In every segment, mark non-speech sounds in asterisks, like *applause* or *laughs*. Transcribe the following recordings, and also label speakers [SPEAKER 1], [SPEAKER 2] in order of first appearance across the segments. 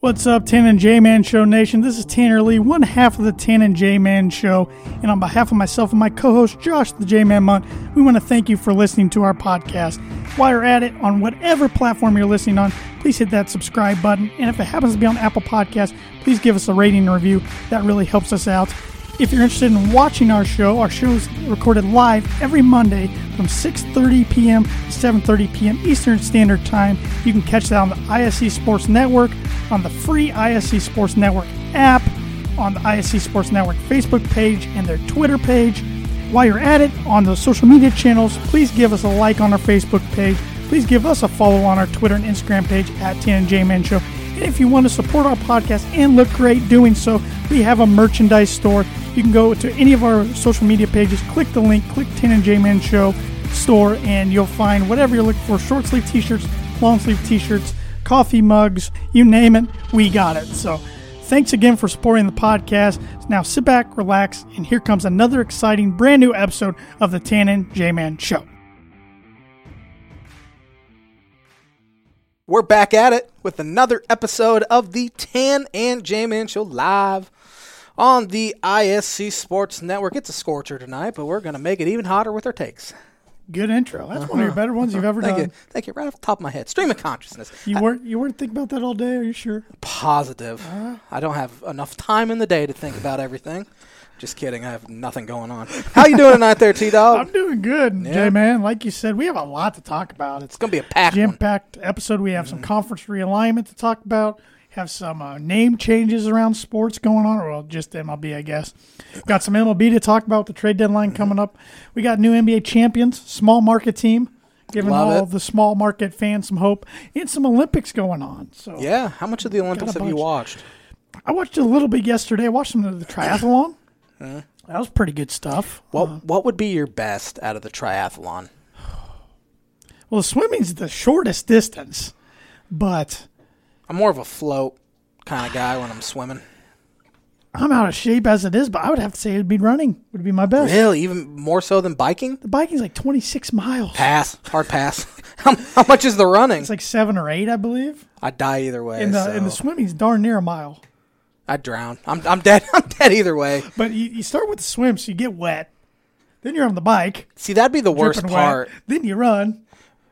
[SPEAKER 1] What's up, Tan and J Man Show Nation? This is Tanner Lee, one half of the Tan and J Man Show. And on behalf of myself and my co host, Josh the J Man Munt, we want to thank you for listening to our podcast. While you're at it, on whatever platform you're listening on, please hit that subscribe button. And if it happens to be on Apple Podcasts, please give us a rating and review. That really helps us out. If you're interested in watching our show, our show is recorded live every Monday from 6:30 p.m. to 7:30 p.m. Eastern Standard Time. You can catch that on the ISC Sports Network, on the free ISC Sports Network app, on the ISC Sports Network Facebook page and their Twitter page. While you're at it, on those social media channels, please give us a like on our Facebook page. Please give us a follow on our Twitter and Instagram page at TNJ Man Show. And if you want to support our podcast and look great doing so, we have a merchandise store. You can go to any of our social media pages, click the link, click Tan and J Man Show store, and you'll find whatever you're looking for short sleeve t shirts, long sleeve t shirts, coffee mugs, you name it, we got it. So thanks again for supporting the podcast. Now sit back, relax, and here comes another exciting brand new episode of the Tan and J Man Show.
[SPEAKER 2] We're back at it with another episode of the Tan and J Man Show live on the ISC Sports Network. It's a scorcher tonight, but we're going to make it even hotter with our takes.
[SPEAKER 1] Good intro. That's one of your better ones you've ever
[SPEAKER 2] Thank
[SPEAKER 1] done.
[SPEAKER 2] you. Thank you. Right off the top of my head. Stream of consciousness.
[SPEAKER 1] You weren't you weren't thinking about that all day, are you sure?
[SPEAKER 2] Positive.
[SPEAKER 1] Uh-huh.
[SPEAKER 2] I don't have enough time in the day to think about everything. Just kidding. I have nothing
[SPEAKER 1] *laughs*
[SPEAKER 2] going on. How you doing tonight there, T-Dog?
[SPEAKER 1] I'm doing good,
[SPEAKER 2] Yeah.
[SPEAKER 1] Jay man. Like you said, we have a lot to talk about. It's
[SPEAKER 2] It's going to be a packed
[SPEAKER 1] jam
[SPEAKER 2] one.
[SPEAKER 1] packed episode. We have some conference realignment to talk about. Have some uh, name changes around sports going on, or well, just MLB, I guess. Got some MLB to talk about with the trade deadline
[SPEAKER 2] Mm-hmm.
[SPEAKER 1] coming up. We got new NBA champions, small market team, giving
[SPEAKER 2] Love
[SPEAKER 1] all
[SPEAKER 2] it.
[SPEAKER 1] the small market fans some hope, and some Olympics going on. So
[SPEAKER 2] Yeah. How much of the Olympics have you
[SPEAKER 1] bunch.
[SPEAKER 2] watched?
[SPEAKER 1] I watched a little bit yesterday. I watched some of the
[SPEAKER 2] *laughs*
[SPEAKER 1] triathlon. That was pretty good stuff.
[SPEAKER 2] What What would be your best out of the triathlon?
[SPEAKER 1] Well, swimming's the shortest distance, but
[SPEAKER 2] I'm more of a float kind of guy when I'm swimming.
[SPEAKER 1] I'm out of shape as it is. But I would have to say it'd be running would be my best.
[SPEAKER 2] Really, even more so than biking?
[SPEAKER 1] The biking's like 26 miles.
[SPEAKER 2] Pass, hard pass. *laughs* how, how much is the running?
[SPEAKER 1] It's like seven or eight, I believe.
[SPEAKER 2] I'd die either way.
[SPEAKER 1] And the and the
[SPEAKER 2] so
[SPEAKER 1] swimming's darn near a mile.
[SPEAKER 2] I'd drown. I'm, I'm dead. *laughs* I'm dead either way.
[SPEAKER 1] But you, you start with the swim, so you get wet. Then you're on the bike,
[SPEAKER 2] See, that'd be the worst
[SPEAKER 1] dripping
[SPEAKER 2] part.
[SPEAKER 1] wet. Then you run.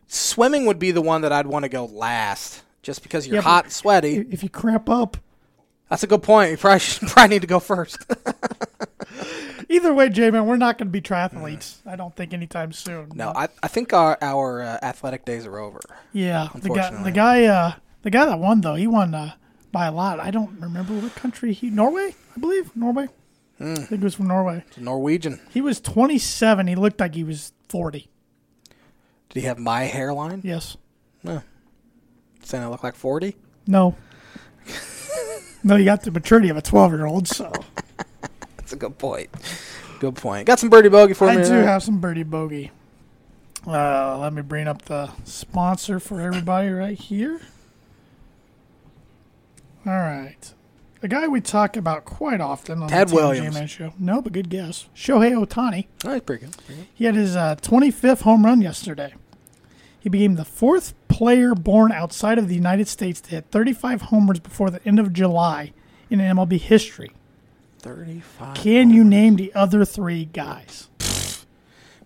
[SPEAKER 2] Swimming would be the one that I'd want to go last, just because you're
[SPEAKER 1] Yeah, but-
[SPEAKER 2] hot, and sweaty.
[SPEAKER 1] If you cramp up,
[SPEAKER 2] That's a good point. You probably *laughs* should, probably need to go first. *laughs*
[SPEAKER 1] either way, J man, we're not going to be triathletes. I don't think anytime soon.
[SPEAKER 2] Mm. no, I, I think our our uh, athletic days are over.
[SPEAKER 1] Yeah, the guy, the
[SPEAKER 2] Unfortunately.
[SPEAKER 1] guy, uh, the guy that won though, he won uh, by a lot. I don't remember what country he, Norway, I believe, Norway.
[SPEAKER 2] Hmm.
[SPEAKER 1] I think it was from Norway.
[SPEAKER 2] The Norwegian.
[SPEAKER 1] He was 27. He looked like he was 40.
[SPEAKER 2] Did he have my hairline?
[SPEAKER 1] Yes.
[SPEAKER 2] No. Saying I look like forty.
[SPEAKER 1] No. no, you got the maturity of a 12 year old. So
[SPEAKER 2] That's a good point. Good point. Got some birdie bogey for
[SPEAKER 1] I
[SPEAKER 2] me.
[SPEAKER 1] do
[SPEAKER 2] tonight.
[SPEAKER 1] have some birdie bogey. Uh, let me bring up the sponsor for everybody right here. All right. A guy we talk about quite often on
[SPEAKER 2] Ted
[SPEAKER 1] the TNG
[SPEAKER 2] Williams.
[SPEAKER 1] Man show. No, but good guess. Shohei Otani.
[SPEAKER 2] Oh, that's pretty good. Pretty good.
[SPEAKER 1] He had his uh, 25th home run yesterday. He became the fourth player born outside of the United States to hit 35 homers before the end of July in MLB history.
[SPEAKER 2] Thirty-five.
[SPEAKER 1] Can you name the other three guys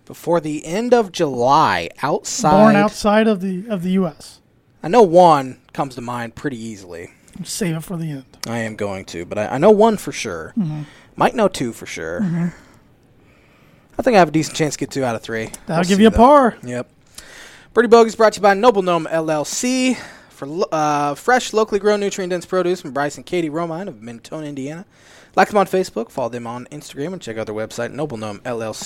[SPEAKER 2] Before the end of July, outside.
[SPEAKER 1] born outside of the of the U.S.?
[SPEAKER 2] I know one comes to mind pretty easily.
[SPEAKER 1] Save it for the end.
[SPEAKER 2] I am going to, but I, I know one for sure.
[SPEAKER 1] Mm-hmm.
[SPEAKER 2] Might know two for sure. I think I have a decent chance to get two out of three.
[SPEAKER 1] That'll
[SPEAKER 2] We'll
[SPEAKER 1] give
[SPEAKER 2] see,
[SPEAKER 1] you a
[SPEAKER 2] though.
[SPEAKER 1] par.
[SPEAKER 2] Yep. Birdie Bogus brought to you by Noble Gnome LLC for lo- uh, fresh, locally grown, nutrient dense produce from Bryce and Katie Romine of Mentone, Indiana. Like them on Facebook, follow them on Instagram, and check out their website,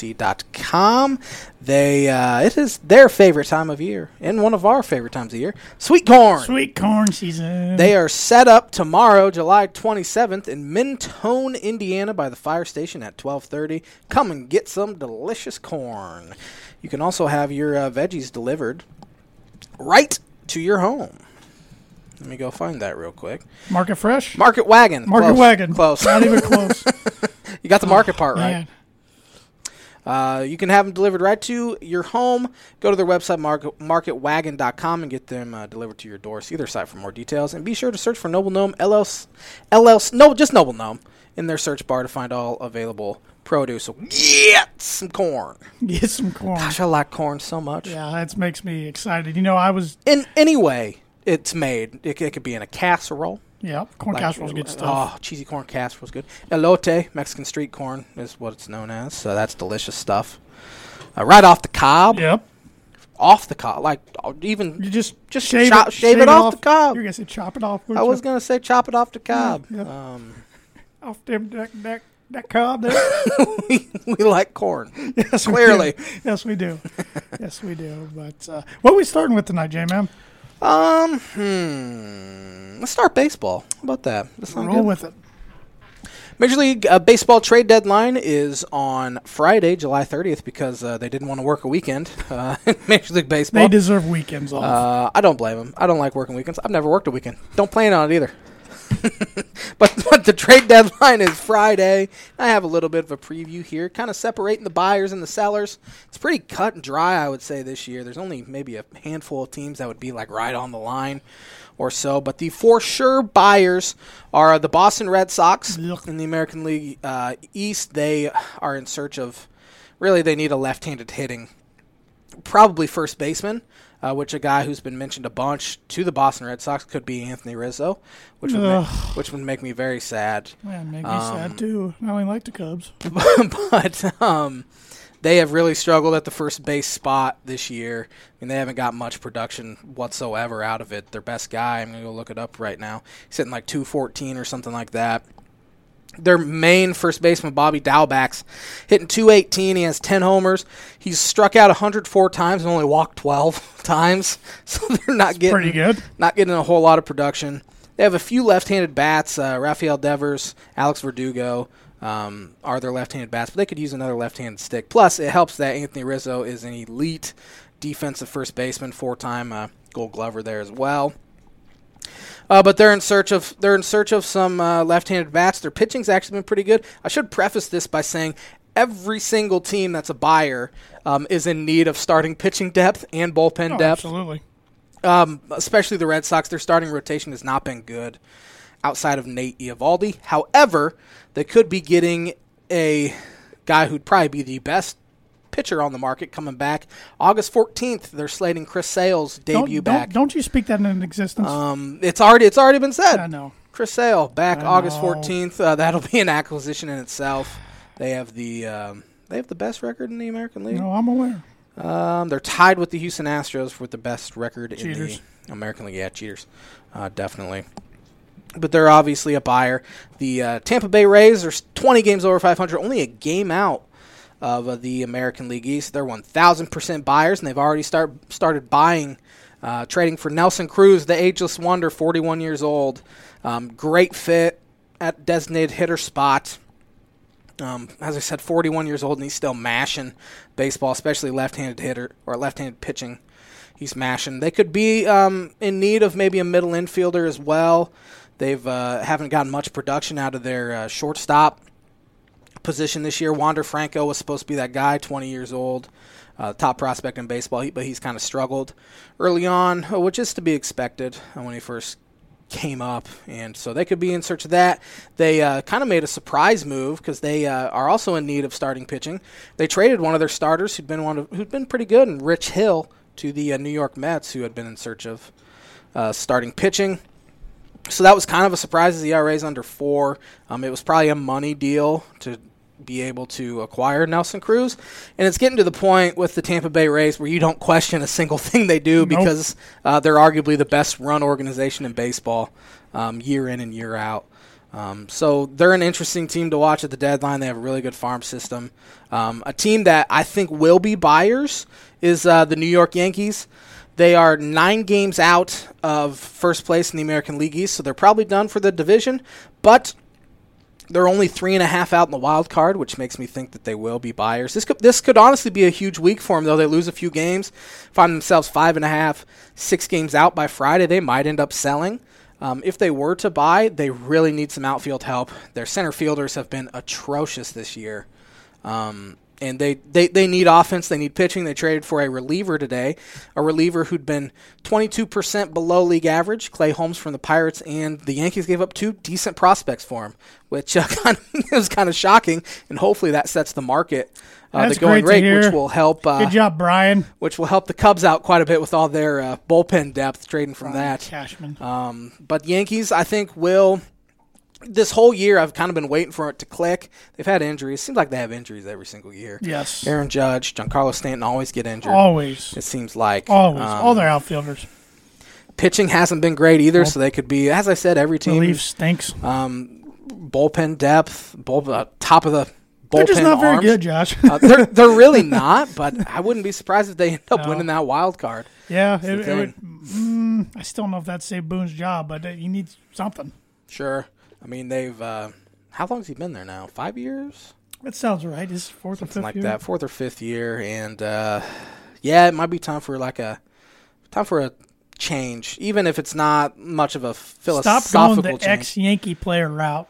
[SPEAKER 2] noblegnomellc.com. They, uh, it is their favorite time of year, and one of our favorite times of year, sweet corn.
[SPEAKER 1] Sweet corn season.
[SPEAKER 2] They are set up tomorrow, July 27th, in Mentone, Indiana, by the fire station at 12:30. Come and get some delicious corn. You can also have your uh, veggies delivered right to your home. Let me go find that real quick.
[SPEAKER 1] Market fresh.
[SPEAKER 2] Market wagon.
[SPEAKER 1] Market
[SPEAKER 2] Close.
[SPEAKER 1] wagon.
[SPEAKER 2] *laughs* Close.
[SPEAKER 1] Not even close. *laughs*
[SPEAKER 2] you got the market part right.
[SPEAKER 1] Man.
[SPEAKER 2] Uh, you can have them delivered right to your home. Go to their website, market, marketwagon.com, and get them uh, delivered to your door. See their site for more details. And be sure to search for Noble Gnome LLC, LLC no, just Noble Gnome, in their search bar to find all available produce. So get some corn.
[SPEAKER 1] Get some corn.
[SPEAKER 2] Gosh, I like corn so much.
[SPEAKER 1] Yeah, that makes me excited. You know, I was
[SPEAKER 2] In any way it's made, it, it could be in a casserole.
[SPEAKER 1] yeah, corn
[SPEAKER 2] Like,
[SPEAKER 1] casserole's good stuff.
[SPEAKER 2] Oh, cheesy corn casserole's good. Elote, Mexican street corn is what it's known as. So that's delicious stuff. Uh, right off the cob,
[SPEAKER 1] Yep.
[SPEAKER 2] off the cob, like uh, even
[SPEAKER 1] You just
[SPEAKER 2] Just
[SPEAKER 1] shave
[SPEAKER 2] chop-
[SPEAKER 1] it,
[SPEAKER 2] shave it off the cob.
[SPEAKER 1] You're gonna say chop it off.
[SPEAKER 2] I was gonna say chop it off the cob.
[SPEAKER 1] yeah.
[SPEAKER 2] Um, *laughs*
[SPEAKER 1] gonna off them that that that cob there.
[SPEAKER 2] we, we like corn.
[SPEAKER 1] yes, we do.
[SPEAKER 2] Clearly.
[SPEAKER 1] yes, we do. yes, we do. But uh, what are we starting with tonight, J Man?
[SPEAKER 2] Um, hmm. Let's start baseball. How about that? That sound
[SPEAKER 1] Roll
[SPEAKER 2] good?
[SPEAKER 1] with it.
[SPEAKER 2] Major League uh, Baseball trade deadline is on Friday, July 30th, because uh, they didn't want to work a weekend. Uh, *laughs* in Major League
[SPEAKER 1] They
[SPEAKER 2] Baseball.
[SPEAKER 1] deserve weekends off.
[SPEAKER 2] Uh, I don't blame him. I don't like working weekends. I've never worked a weekend. Don't plan on it either. *laughs* but, but the trade deadline is Friday. I have a little bit of a preview here, kind of separating the buyers and the sellers. It's pretty cut and dry, I would say, this year. There's only maybe a handful of teams that would be like right on the line or so. But the for sure buyers are the Boston Red Sox
[SPEAKER 1] Yuck.
[SPEAKER 2] in the American League uh, East. They are in search of, really, they need a left handed hitting probably first baseman, uh, which a guy who's been mentioned a bunch to the Boston Red Sox could be Anthony Rizzo, which would ma-
[SPEAKER 1] Ugh.
[SPEAKER 2] which would make me very sad.
[SPEAKER 1] Man, make me
[SPEAKER 2] um,
[SPEAKER 1] sad too. I only like the Cubs.
[SPEAKER 2] *laughs* but um, they have really struggled at the first base spot this year. I mean, they haven't got much production whatsoever out of it. Their best guy, I'm gonna go look it up right now. He's hitting like 214 or something like that. Their main first baseman, Bobby Dowbacks, hitting 218. He has 10 homers. He's struck out 104 times and only walked 12 *laughs* times. So they're not getting
[SPEAKER 1] Pretty good.
[SPEAKER 2] not getting a whole lot of production. They have a few left-handed bats. Uh, Rafael Devers, Alex Verdugo um, are their left-handed bats, but they could use another left-handed stick. Plus, it helps that Anthony Rizzo is an elite defensive first baseman, four-time uh, Gold Glover there as well. Uh, but they're in search of they're in search of some uh, left-handed bats. Their pitching's actually been pretty good. I should preface this by saying every single team that's a buyer um, is in need of starting pitching depth and bullpen
[SPEAKER 1] Oh,
[SPEAKER 2] depth
[SPEAKER 1] absolutely.
[SPEAKER 2] um, especially the Red Sox. Their starting rotation has not been good outside of Nate Eovaldi. However, they could be getting a guy who'd probably be the best pitcher on the market coming back August 14th. They're slating Chris Sale's
[SPEAKER 1] Don't,
[SPEAKER 2] debut
[SPEAKER 1] don't,
[SPEAKER 2] back.
[SPEAKER 1] don't you speak that into existence?
[SPEAKER 2] Um, it's already it's already been said.
[SPEAKER 1] I know.
[SPEAKER 2] Chris Sale back
[SPEAKER 1] I
[SPEAKER 2] August
[SPEAKER 1] know.
[SPEAKER 2] 14th. Uh, that'll be an acquisition in itself. They have the um, they have the best record in the American League.
[SPEAKER 1] No, I'm aware.
[SPEAKER 2] Um, they're tied with the Houston Astros with the best record
[SPEAKER 1] Cheaters.
[SPEAKER 2] in the American League. Yeah, cheaters, uh, definitely. But they're obviously a buyer. The uh, Tampa Bay Rays are s- 20 games over 500, only a game out of uh, the American League East. They're 1,000% buyers, and they've already start started buying, uh, trading for Nelson Cruz, the ageless wonder, 41 years old. Um, great fit at designated hitter spot. Um, as I said, 41 years old, and he's still mashing baseball, especially left-handed hitter or left-handed pitching. He's mashing. They could be um, in need of maybe a middle infielder as well. They've uh, haven't gotten much production out of their uh, shortstop position this year. Wander Franco was supposed to be that guy, 20 years old, uh, top prospect in baseball, he, but he's kind of struggled early on, uh, which is to be expected uh, when he first came up. And so they could be in search of that. They uh, kind of made a surprise move because they uh, are also in need of starting pitching. They traded one of their starters who'd been one of, who'd been pretty good, and Rich Hill to the uh, New York Mets, who had been in search of uh, starting pitching. So that was kind of a surprise. His ERA is under four. Um, it was probably a money deal to be able to acquire Nelson Cruz, and it's getting to the point with the Tampa Bay Rays where you don't question a single *laughs* thing they do because uh, they're arguably the best run organization in baseball, um, year in and year out. Um, so they're an interesting team to watch at the deadline. They have a really good farm system. Um, a team that I think will be buyers is uh, the New York Yankees. They are nine games out of first place in the American League East, so they're probably done for the division. But they're only three and a half out in the wild card, which makes me think that they will be buyers. This could this could honestly be a huge week for them, though. They lose a few games, find themselves five and a half, six games out by Friday. They might end up selling. Um, if they were to buy, they really need some outfield help. Their center fielders have been atrocious this year. Um, and they, they, they need offense. They need pitching. They traded for a reliever today, a reliever who'd been 22% below league average, Clay Holmes from the Pirates, and the Yankees gave up two decent prospects for him, which *laughs* uh, kind of, it was kind of shocking. And hopefully that sets the market, uh,
[SPEAKER 1] That's
[SPEAKER 2] the going
[SPEAKER 1] great
[SPEAKER 2] rate,
[SPEAKER 1] to hear.
[SPEAKER 2] which will help. Uh,
[SPEAKER 1] Good job, Brian.
[SPEAKER 2] which will help the Cubs out quite a bit with all their uh, bullpen depth trading from that.
[SPEAKER 1] Cashman.
[SPEAKER 2] Um, but Yankees, I think, will. This whole year, I've kind of been waiting for it to click. They've had injuries. Seems like they have injuries every single year.
[SPEAKER 1] yes.
[SPEAKER 2] Aaron Judge, Giancarlo Stanton always get injured.
[SPEAKER 1] Always.
[SPEAKER 2] It seems like
[SPEAKER 1] Always.
[SPEAKER 2] Um,
[SPEAKER 1] All their outfielders.
[SPEAKER 2] pitching hasn't been great either, so they could be, as I said, every
[SPEAKER 1] The
[SPEAKER 2] team
[SPEAKER 1] Leafs stinks.
[SPEAKER 2] um, bullpen depth, bull, uh, top of the bullpen.
[SPEAKER 1] They're just not very
[SPEAKER 2] arms.
[SPEAKER 1] good,
[SPEAKER 2] *laughs*
[SPEAKER 1] Josh. *laughs*
[SPEAKER 2] Uh, they're, they're really not, but I wouldn't be surprised if they end up
[SPEAKER 1] No.
[SPEAKER 2] winning that wild card.
[SPEAKER 1] yeah, it,
[SPEAKER 2] the
[SPEAKER 1] it would, mm, I still don't know if that'd save Boone's job, but uh, he needs something.
[SPEAKER 2] Sure. I mean, they've. Uh, how long's he been there now? Five years?
[SPEAKER 1] That sounds right. His fourth
[SPEAKER 2] Something
[SPEAKER 1] or fifth
[SPEAKER 2] like
[SPEAKER 1] year.
[SPEAKER 2] that. Fourth or fifth year. And uh, yeah, it might be time for like a. Time for a change, even if it's not much of a philosophical
[SPEAKER 1] Stop going the
[SPEAKER 2] change.
[SPEAKER 1] ex-Yankee player route.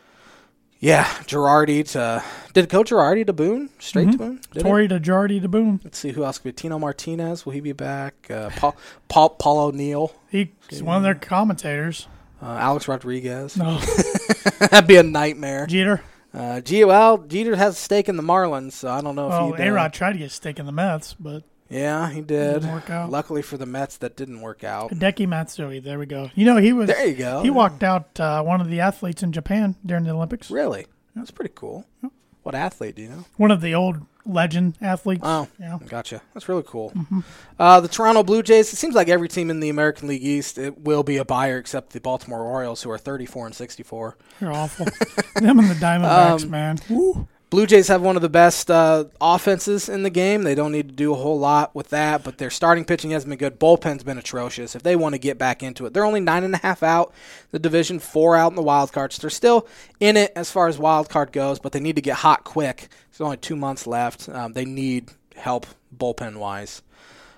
[SPEAKER 2] yeah, Girardi to. Did it go Girardi to Boone? Straight to Boone? Did it?
[SPEAKER 1] Mm-hmm. Tori to Jardy to Boone.
[SPEAKER 2] Let's see who else could be. Tino Martinez, will he be back? Uh, Paul, Paul, Paul O'Neill,
[SPEAKER 1] He's one of their commentators.
[SPEAKER 2] uh, Alex
[SPEAKER 1] *laughs*
[SPEAKER 2] Rodriguez.
[SPEAKER 1] No,
[SPEAKER 2] That'd be a nightmare.
[SPEAKER 1] Jeter.
[SPEAKER 2] Uh, G- well, Jeter has a stake in the Marlins, so I don't know if
[SPEAKER 1] Well,
[SPEAKER 2] he'd. uh,
[SPEAKER 1] A Rod tried to get stick in the Mets, but
[SPEAKER 2] Yeah, he did.
[SPEAKER 1] Didn't work out.
[SPEAKER 2] Luckily for the Mets, that didn't work out.
[SPEAKER 1] Hideki Matsui. There we go. You know he was.
[SPEAKER 2] There you go.
[SPEAKER 1] He walked out uh, one of the athletes in Japan during the Olympics.
[SPEAKER 2] Really? That's pretty cool. What athlete do you know?
[SPEAKER 1] One of the old legend athletes.
[SPEAKER 2] Oh,
[SPEAKER 1] yeah.
[SPEAKER 2] gotcha. That's really cool. Uh, the Toronto Blue Jays. It seems like every team in the American League East it will be a buyer, except the Baltimore Orioles, who are 34 and 64. *laughs*
[SPEAKER 1] You're awful. Them and the Diamondbacks,
[SPEAKER 2] Um,
[SPEAKER 1] man. Woo.
[SPEAKER 2] Blue Jays have one of the best uh, offenses in the game. They don't need to do a whole lot with that, but their starting pitching hasn't been good. Bullpen's been atrocious. If they want to get back into it, they're only nine and a half out the division, four out in the wild cards. They're still in it as far as wild card goes, but they need to get hot quick. There's only two months left. Um, they need help bullpen wise.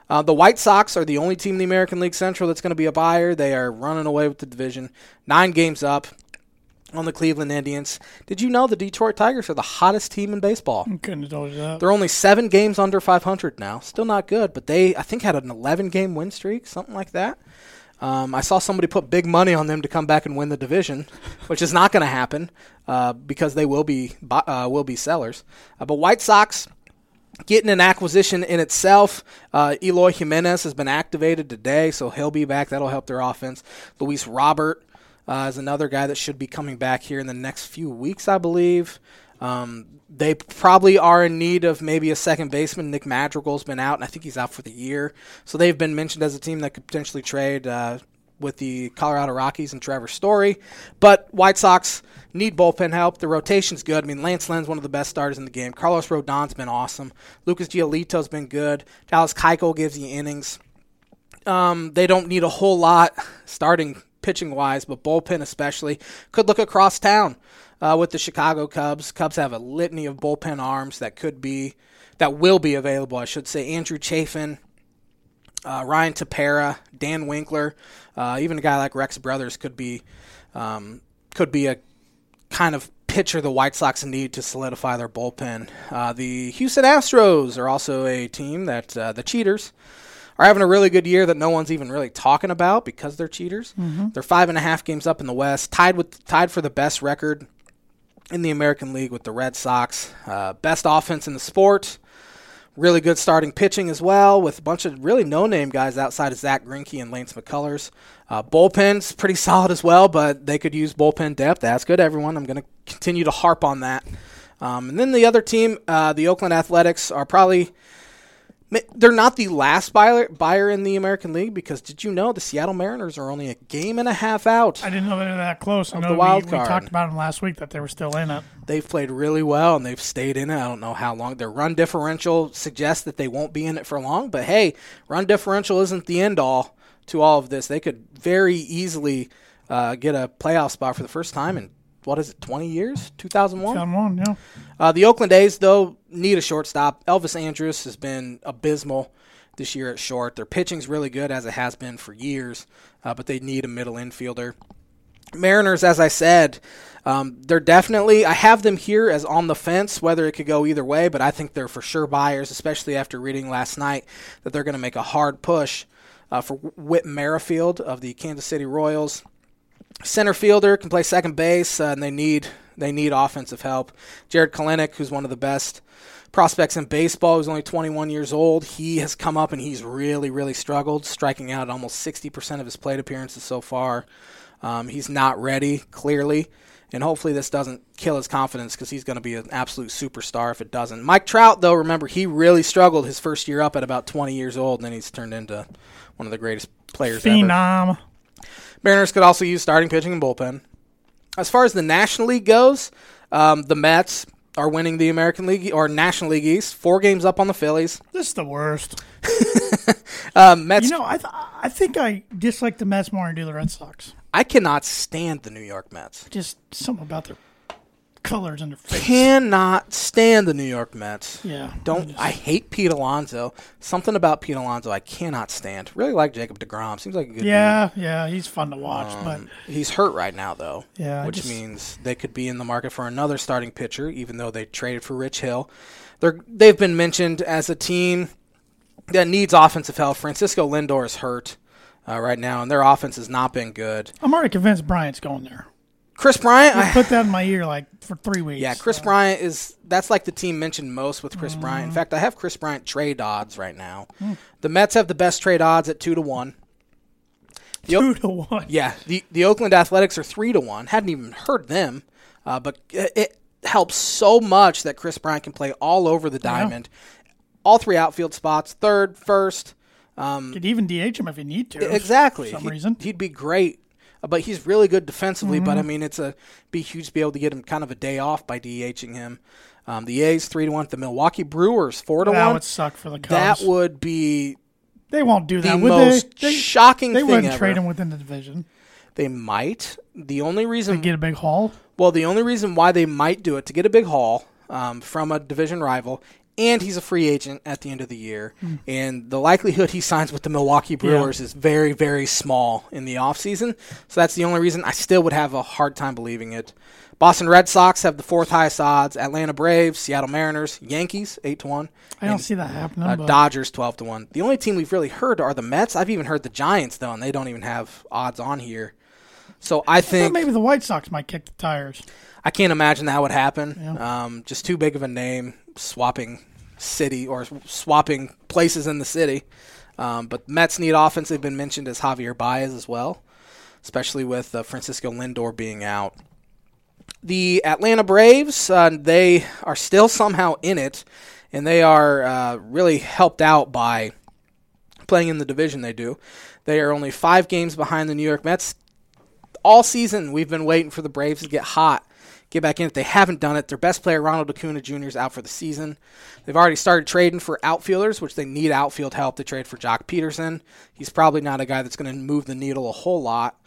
[SPEAKER 2] Uh, the White Sox are the only team in the American League Central that's going to be a buyer. They are running away with the division, nine games up on the Cleveland Indians. Did you know the Detroit Tigers are the hottest team in baseball?
[SPEAKER 1] Couldn't have told you that.
[SPEAKER 2] They're only seven games under 500 now. Still not good, but they, I think, had an 11 game win streak, something like that. Um, I saw somebody put big money on them to come back and win the division, which is not going to happen uh, because they will be bu- uh, will be sellers. Uh, but White Sox getting an acquisition in itself. Uh, Eloy Jimenez has been activated today, so he'll be back. That'll help their offense. Luis Robert uh, is another guy that should be coming back here in the next few weeks, I believe. Um, they probably are in need of maybe a second baseman. Nick Madrigal's been out, and I think he's out for the year. So they've been mentioned as a team that could potentially trade. Uh, with the Colorado Rockies and Trevor Story. But White Sox need bullpen help. The rotation's good. I mean, Lance Lynn's one of the best starters in the game. Carlos Rodon's been awesome. Lucas Giolito's been good. Dallas Keuchel gives you innings. Um, they don't need a whole lot starting pitching wise, but bullpen especially. Could look across town uh, with the Chicago Cubs. Cubs have a litany of bullpen arms that could be, that will be available, I should say. Andrew Chafin, uh, Ryan Tapera, Dan Winkler, uh, even a guy like Rex Brothers could be um, could be a kind of pitcher the White Sox need to solidify their bullpen. Uh, the Houston Astros are also a team that uh, the cheaters are having a really good year that no one's even really talking about because they're cheaters. They're five and a half games up in the West, tied with tied for the best record in the American League with the Red Sox. Uh, best offense in the sport really good starting pitching as well, with a bunch of really no-name guys outside of Zach Greinke and Lance McCullers. Uh, bullpen's pretty *laughs* solid as well, but they could use bullpen depth. That's good, everyone. I'm going to continue to harp on that. Um, and then the other team, uh, the Oakland Athletics, are probably ma- they're not the last buyer buyer in the American League because did you know the Seattle Mariners are only a game and a half out?
[SPEAKER 1] I didn't know they were that close. I know
[SPEAKER 2] the wild
[SPEAKER 1] we, we
[SPEAKER 2] card.
[SPEAKER 1] talked about them last week that they were still in it.
[SPEAKER 2] they've played really well and they've stayed in it. I don't know how long their run differential suggests that they won't be in it for long, but hey, run differential isn't the end all to all of this. They could very easily uh, get a playoff spot for the first time in what is it, 20 years? 2001?
[SPEAKER 1] Down one, yeah.
[SPEAKER 2] Uh, the Oakland A's, though, need a shortstop. Elvis Andrus has been abysmal this year at short. Their pitching's really good, as it has been for years, uh, but they need a middle infielder. Mariners, as I said, um, they're definitely. I have them here as on the fence, whether it could go either way, but I think they're for sure buyers, especially after reading last night that they're going to make a hard push uh, for Whit Merrifield of the Kansas City Royals. Center fielder can play second base, uh, and they need they need offensive help. Jared Kalenic, who's one of the best prospects in baseball, who's only 21 years old, he has come up and he's really really struggled, striking out almost 60% of his plate appearances so far. Um, he's not ready, clearly. And hopefully, this doesn't kill his confidence because he's going to be an absolute superstar if it doesn't. Mike Trout, though, remember, he really struggled his first year up at about 20 years old, and then he's turned into one of the greatest players ever.
[SPEAKER 1] Phenom.
[SPEAKER 2] Mariners could also use starting pitching and bullpen. As far as the National League goes, um, the Mets are winning the American League or National League East, four games up on the Phillies.
[SPEAKER 1] This is the worst.
[SPEAKER 2] Um, Mets,
[SPEAKER 1] You know, I th- I think I dislike the Mets more than I do the Red Sox.
[SPEAKER 2] I cannot stand the New York Mets.
[SPEAKER 1] Just something about their colors and their face.
[SPEAKER 2] Cannot stand the New York Mets.
[SPEAKER 1] Yeah.
[SPEAKER 2] Don't I hate Pete Alonso? Something about Pete Alonso I cannot stand. Really like Jacob Degrom. Seems like a good.
[SPEAKER 1] Yeah, yeah, he's fun to watch,
[SPEAKER 2] dude.
[SPEAKER 1] but
[SPEAKER 2] Um, he's hurt right now though.
[SPEAKER 1] Yeah, I
[SPEAKER 2] Which
[SPEAKER 1] just-
[SPEAKER 2] means they could be in the market for another starting pitcher, even though they traded for Rich Hill. They're they've been mentioned as a team that needs offensive help. Francisco Lindor is hurt uh, right now, and their offense has not been good.
[SPEAKER 1] I'm already convinced Bryant's going there.
[SPEAKER 2] Chris Bryant, I,
[SPEAKER 1] Put that in my ear like for three weeks. *laughs*
[SPEAKER 2] Yeah, Chris Bryant is that's like the team mentioned most with Chris Bryant.
[SPEAKER 1] Mm.
[SPEAKER 2] In fact, I have Chris Bryant trade odds right now.
[SPEAKER 1] Hmm.
[SPEAKER 2] The Mets have the best trade odds at two to one. The O-
[SPEAKER 1] two to one.
[SPEAKER 2] yeah, the the Oakland Athletics are three to one. Hadn't even heard them, uh, but it, it helps so much that Chris Bryant can play all over the diamond, all three outfield spots, third, first.
[SPEAKER 1] Could even DH him if you need to.
[SPEAKER 2] Mm. E, Exactly.
[SPEAKER 1] For some
[SPEAKER 2] He'd-
[SPEAKER 1] reason. Mm-hmm.
[SPEAKER 2] He'd be great, uh, but he's really good defensively. But I mean, it's a be huge to be able to get him kind of a day off by DHing him. Um, the A's three to one, the Milwaukee Brewers four to
[SPEAKER 1] that
[SPEAKER 2] one.
[SPEAKER 1] would suck for the
[SPEAKER 2] That
[SPEAKER 1] Cubs.
[SPEAKER 2] would be
[SPEAKER 1] they won't do
[SPEAKER 2] the
[SPEAKER 1] that. Would
[SPEAKER 2] most
[SPEAKER 1] they? They,
[SPEAKER 2] shocking
[SPEAKER 1] they
[SPEAKER 2] thing
[SPEAKER 1] wouldn't
[SPEAKER 2] ever.
[SPEAKER 1] trade him within the division.
[SPEAKER 2] They might. The only reason,
[SPEAKER 1] Get a big haul.
[SPEAKER 2] well, the only reason why they might do it to get a big haul um, from a division rival. And he's a free agent at the end of the year.
[SPEAKER 1] Hmm.
[SPEAKER 2] And the likelihood he signs with the Milwaukee Brewers is very, very small in the offseason. So that's the only reason I still would have a hard time believing it. Boston Red Sox have the fourth highest odds. Atlanta Braves, Seattle Mariners, Yankees, 8 to 1.
[SPEAKER 1] I don't see that happening.
[SPEAKER 2] Uh,
[SPEAKER 1] but
[SPEAKER 2] Dodgers twelve to one. The only team we've really heard are the Mets. I've even heard the Giants though, and they don't even have odds on here. So I
[SPEAKER 1] I thought
[SPEAKER 2] think
[SPEAKER 1] maybe the White Sox might kick the tires.
[SPEAKER 2] I can't imagine that would happen. Um, just too big of a name swapping city or swapping places in the city. Um, but Mets need offense. They've been mentioned as Javier Baez as well, especially with uh, Francisco Lindor being out. The Atlanta Braves, uh, they are still somehow in it, and they are uh, really helped out by playing in the division they do. They are only five games behind the New York Mets, all season we've been waiting for the Braves to get hot, get back in. If they haven't done it, their best player Ronald Acuna Jr. is out for the season. They've already started trading for outfielders, which they need outfield help. They trade for Jock Peterson. He's probably not a guy that's going to move the needle a whole lot,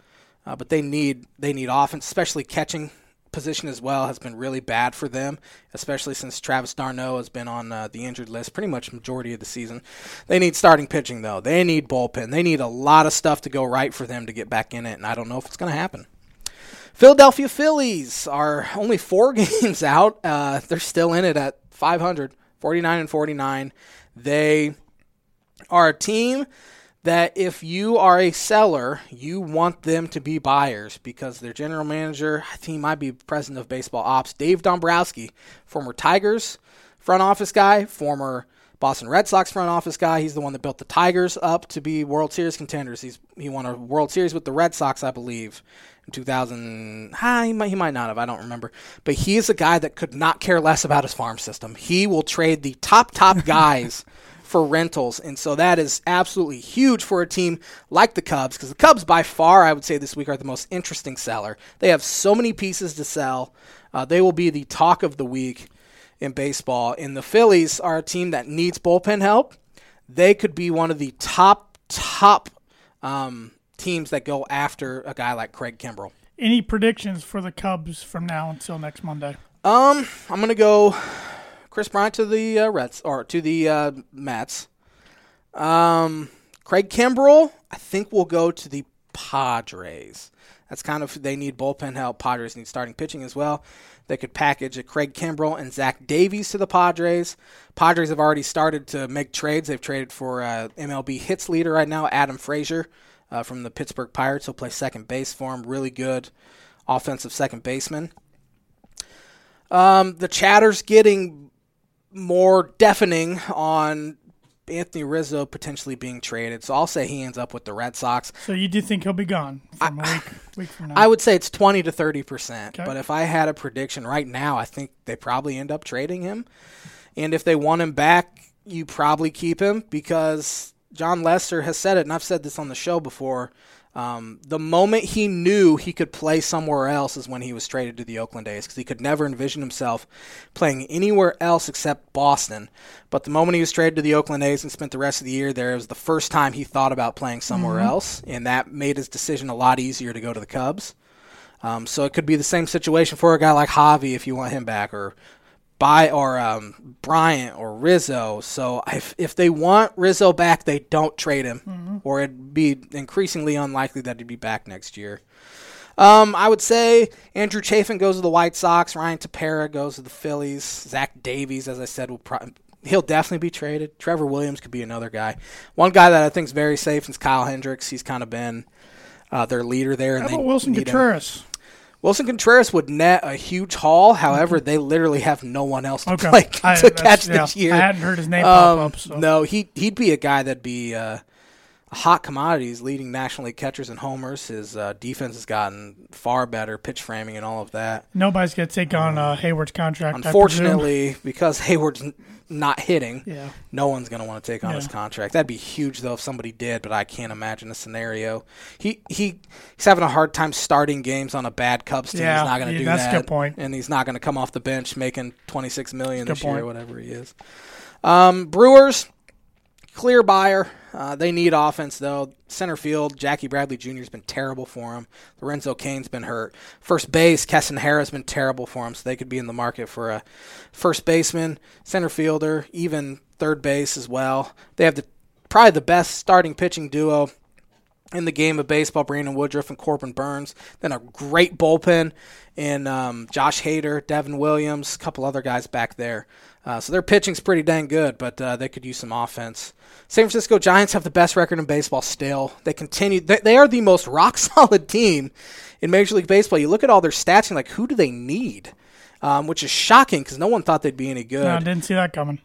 [SPEAKER 2] uh, but they need they need offense, especially catching position as well has been really bad for them, especially since Travis Darno has been on uh, the injured list pretty much majority of the season. They need starting pitching though. They need bullpen. They need a lot of stuff to go right for them to get back in it, and I don't know if it's going to happen. Philadelphia Phillies are only four *laughs* games out. Uh, they're still in it at 500, 49 and 49. They are a team that if you are a seller, you want them to be buyers because their general manager, I think he might be president of baseball ops, Dave Dombrowski, former Tigers front office guy, former Boston Red Sox front office guy. He's the one that built the Tigers up to be World Series contenders. He's he won a World Series with the Red Sox, I believe, in 2000. Ah, he might he might not have. I don't remember. But he is a guy that could not care less about his farm system. He will trade the top top guys for rentals. And so that is absolutely huge for a team like the Cubs because the Cubs, by far, I would say this week are the most interesting seller. They have so many pieces to sell. Uh, they will be the talk of the week in baseball. And the Phillies are a team that needs bullpen help. They could be one of the top, top um, teams that go after a guy like Craig Kimbrell.
[SPEAKER 1] Any predictions for the Cubs from now until next Monday?
[SPEAKER 2] Um, I'm gonna go Chris Bryant to the uh, Reds or to the uh, Mets. Um, Craig Kimbrell, I think we'll go to the Padres. That's That's kind of they need bullpen help. Padres need starting pitching as well. They could package a Craig Kimbrell and Zach Davies to the Padres. Padres have already started to make trades. They've traded for uh, MLB hits leader right now, Adam Frazier uh, from the Pittsburgh Pirates. He'll play second base for him. Really good offensive second baseman. Um, the chatter's getting more deafening on Anthony Rizzo potentially being traded. So I'll say he ends up with the Red Sox.
[SPEAKER 1] So you do think he'll be gone from a week, week from now?
[SPEAKER 2] I would say it's 20 to 30%.
[SPEAKER 1] Okay.
[SPEAKER 2] But if I had a prediction right now, I think they probably end up trading him. And if they want him back, you probably keep him because John Lester has said it, and I've said this on the show before. Um, the moment he knew he could play somewhere else is when he was traded to the Oakland A's because he could never envision himself playing anywhere else except Boston. But the moment he was traded to the Oakland A's and spent the rest of the year there, it was the first time he thought about playing somewhere else, and that made his decision a lot easier to go to the Cubs. Um, so it could be the same situation for a guy like Javi if you want him back, or by or um, Bryant or Rizzo. So if if they want Rizzo back, they don't trade him,
[SPEAKER 1] Mm-hmm.
[SPEAKER 2] or it'd be increasingly unlikely that he'd be back next year. Um, I would say Andrew Chafin goes to the White Sox. Ryan Tapera goes to the Phillies. Zach Davies, as I said, will pro- he'll definitely be traded. Trevor Williams could be another guy. One guy that I think is very safe is Kyle Hendricks. He's kind of been uh, their leader there. And
[SPEAKER 1] How
[SPEAKER 2] they
[SPEAKER 1] about Wilson
[SPEAKER 2] need him.
[SPEAKER 1] Contreras?
[SPEAKER 2] Wilson Contreras would net a huge haul. However, they literally have no one else to
[SPEAKER 1] Mm-hmm. Okay.
[SPEAKER 2] play
[SPEAKER 1] I-
[SPEAKER 2] to
[SPEAKER 1] that's-
[SPEAKER 2] catch
[SPEAKER 1] yeah.
[SPEAKER 2] this year.
[SPEAKER 1] I hadn't heard his name
[SPEAKER 2] Um,
[SPEAKER 1] pop up. So.
[SPEAKER 2] No, he he'd be a guy that'd be uh, a hot commodity. He's leading National League catchers in homers. His uh, defense has gotten far better, pitch framing, and all of that.
[SPEAKER 1] Nobody's going to take on uh, Hayward's contract. I presume.
[SPEAKER 2] Unfortunately, because *laughs* Hayward's n- not hitting,
[SPEAKER 1] Yeah.
[SPEAKER 2] no one's going to want to take on his
[SPEAKER 1] Yeah.
[SPEAKER 2] contract. That'd be huge though if somebody did, but I can't imagine a scenario. He he he's having a hard time starting games on a bad Cubs team.
[SPEAKER 1] Yeah,
[SPEAKER 2] he's not going to
[SPEAKER 1] yeah,
[SPEAKER 2] do
[SPEAKER 1] that's a
[SPEAKER 2] that.
[SPEAKER 1] good point.
[SPEAKER 2] And he's not going to come off the bench making twenty six million
[SPEAKER 1] Good
[SPEAKER 2] this year,
[SPEAKER 1] point.
[SPEAKER 2] whatever he is. Um, Brewers clear buyer. Uh, they need offense though. Center field, Jackie Bradley Jr. has been terrible for him. Lorenzo Kane's been hurt. First base, Kesson Harris has been terrible for him. So they could be in the market for a first baseman, center fielder, even third base as well. They have the probably the best starting pitching duo in the game of baseball, Brandon Woodruff and Corbin Burns. Then a great bullpen in um, Josh Hader, Devin Williams, a couple other guys back there. Uh, so their pitching's pretty dang good, but uh, they could use some offense. San Francisco Giants have the best record in baseball still. They continue. They, they are the most *laughs* rock solid team in Major League Baseball. You look at all their stats and you're like, who do they need? Um, which is shocking because no one thought they'd be any good
[SPEAKER 1] No, I didn't see that coming.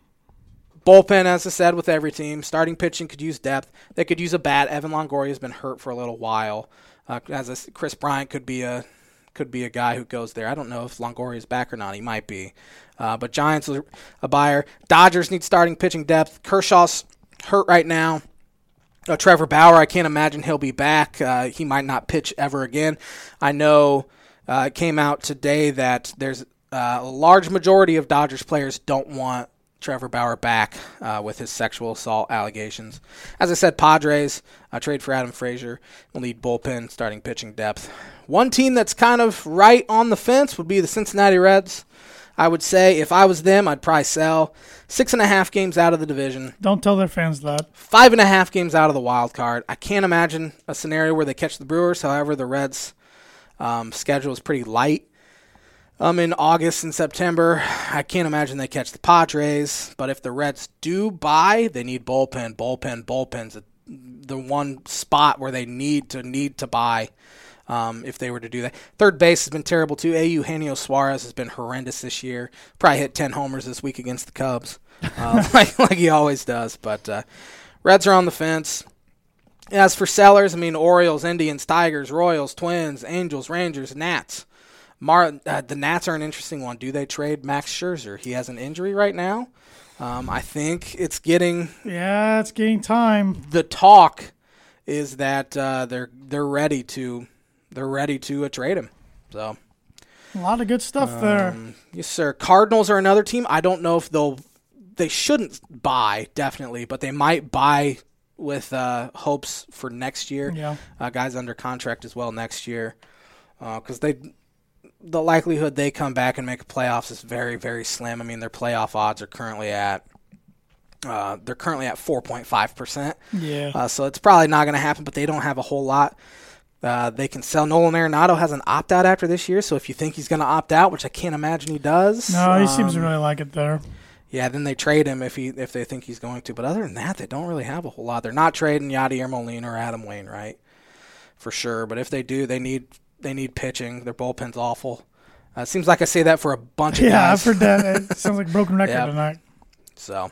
[SPEAKER 2] bullpen, as I said, with every team. Starting pitching could use depth. They could use a bat. Evan Longoria has been hurt for a little while. Uh, as I s Chris Bryant could be a could be a guy who goes there. I don't know if Longoria is back or not. He might be. Uh, but Giants are a buyer. Dodgers need starting pitching depth. Kershaw's hurt right now. Uh, Trevor Bauer, I can't imagine he'll be back. Uh, he might not pitch ever again. I know uh, it came out today that there's uh, a large majority of Dodgers players don't want Trevor Bauer back uh, with his sexual assault allegations. As I said, Padres uh, trade for Adam Frazier will need bullpen starting pitching depth. One team that's kind of right on the fence would be the Cincinnati Reds. I would say if I was them, I'd probably sell six and a half games out of the division
[SPEAKER 1] Don't tell their fans that.
[SPEAKER 2] five and a half games out of the wild card. I can't imagine a scenario where they catch the Brewers. However, the Reds' um, schedule is pretty light. Um, in August and September, I can't imagine they catch the Padres. But if the Reds do buy, they need bullpen, bullpen, bullpens. The one spot where they need to need to buy. Um, if they were to do that, third base has been terrible too. A. Eugenio Suarez has been horrendous this year. Probably hit ten homers this week against the Cubs, um, like, like he always does. But uh, Reds are on the fence. As for sellers, I mean Orioles, Indians, Tigers, Royals, Twins, Angels, Rangers, Nats. Mar- uh, the Nats are an interesting one. Do they trade Max Scherzer? He has an injury right now. Um, I think it's getting
[SPEAKER 1] Yeah, it's getting time.
[SPEAKER 2] the talk is that uh, they're they're ready to they're ready to uh, trade him. So
[SPEAKER 1] A lot of good stuff there.
[SPEAKER 2] yes, sir. Cardinals are another team. I don't know if they'll they shouldn't buy definitely, but they might buy with uh, hopes for next year.
[SPEAKER 1] Yeah.
[SPEAKER 2] uh, guys under contract as well next year because they the likelihood they come back and make playoffs is very very slim. I mean their playoff odds are currently at uh, they're currently at four point five percent.
[SPEAKER 1] Yeah.
[SPEAKER 2] Uh, so it's probably not going to happen, but they don't have a whole lot. Uh, they can sell Nolan Arenado has an opt out after this year, so if you think he's going to opt out, which I can't imagine he does,
[SPEAKER 1] No, he
[SPEAKER 2] um,
[SPEAKER 1] seems to really like it there.
[SPEAKER 2] yeah, then they trade him if he if they think he's going to. But other than that, they don't really have a whole lot. They're not trading Yadier Molina or Adam Wainwright for sure. But if they do, they need they need pitching. Their bullpen's awful. Uh, it seems like I say that for a bunch of
[SPEAKER 1] Yeah, I've
[SPEAKER 2] guys.
[SPEAKER 1] heard
[SPEAKER 2] *laughs*
[SPEAKER 1] that. It sounds like a broken record
[SPEAKER 2] Yeah.
[SPEAKER 1] tonight.
[SPEAKER 2] so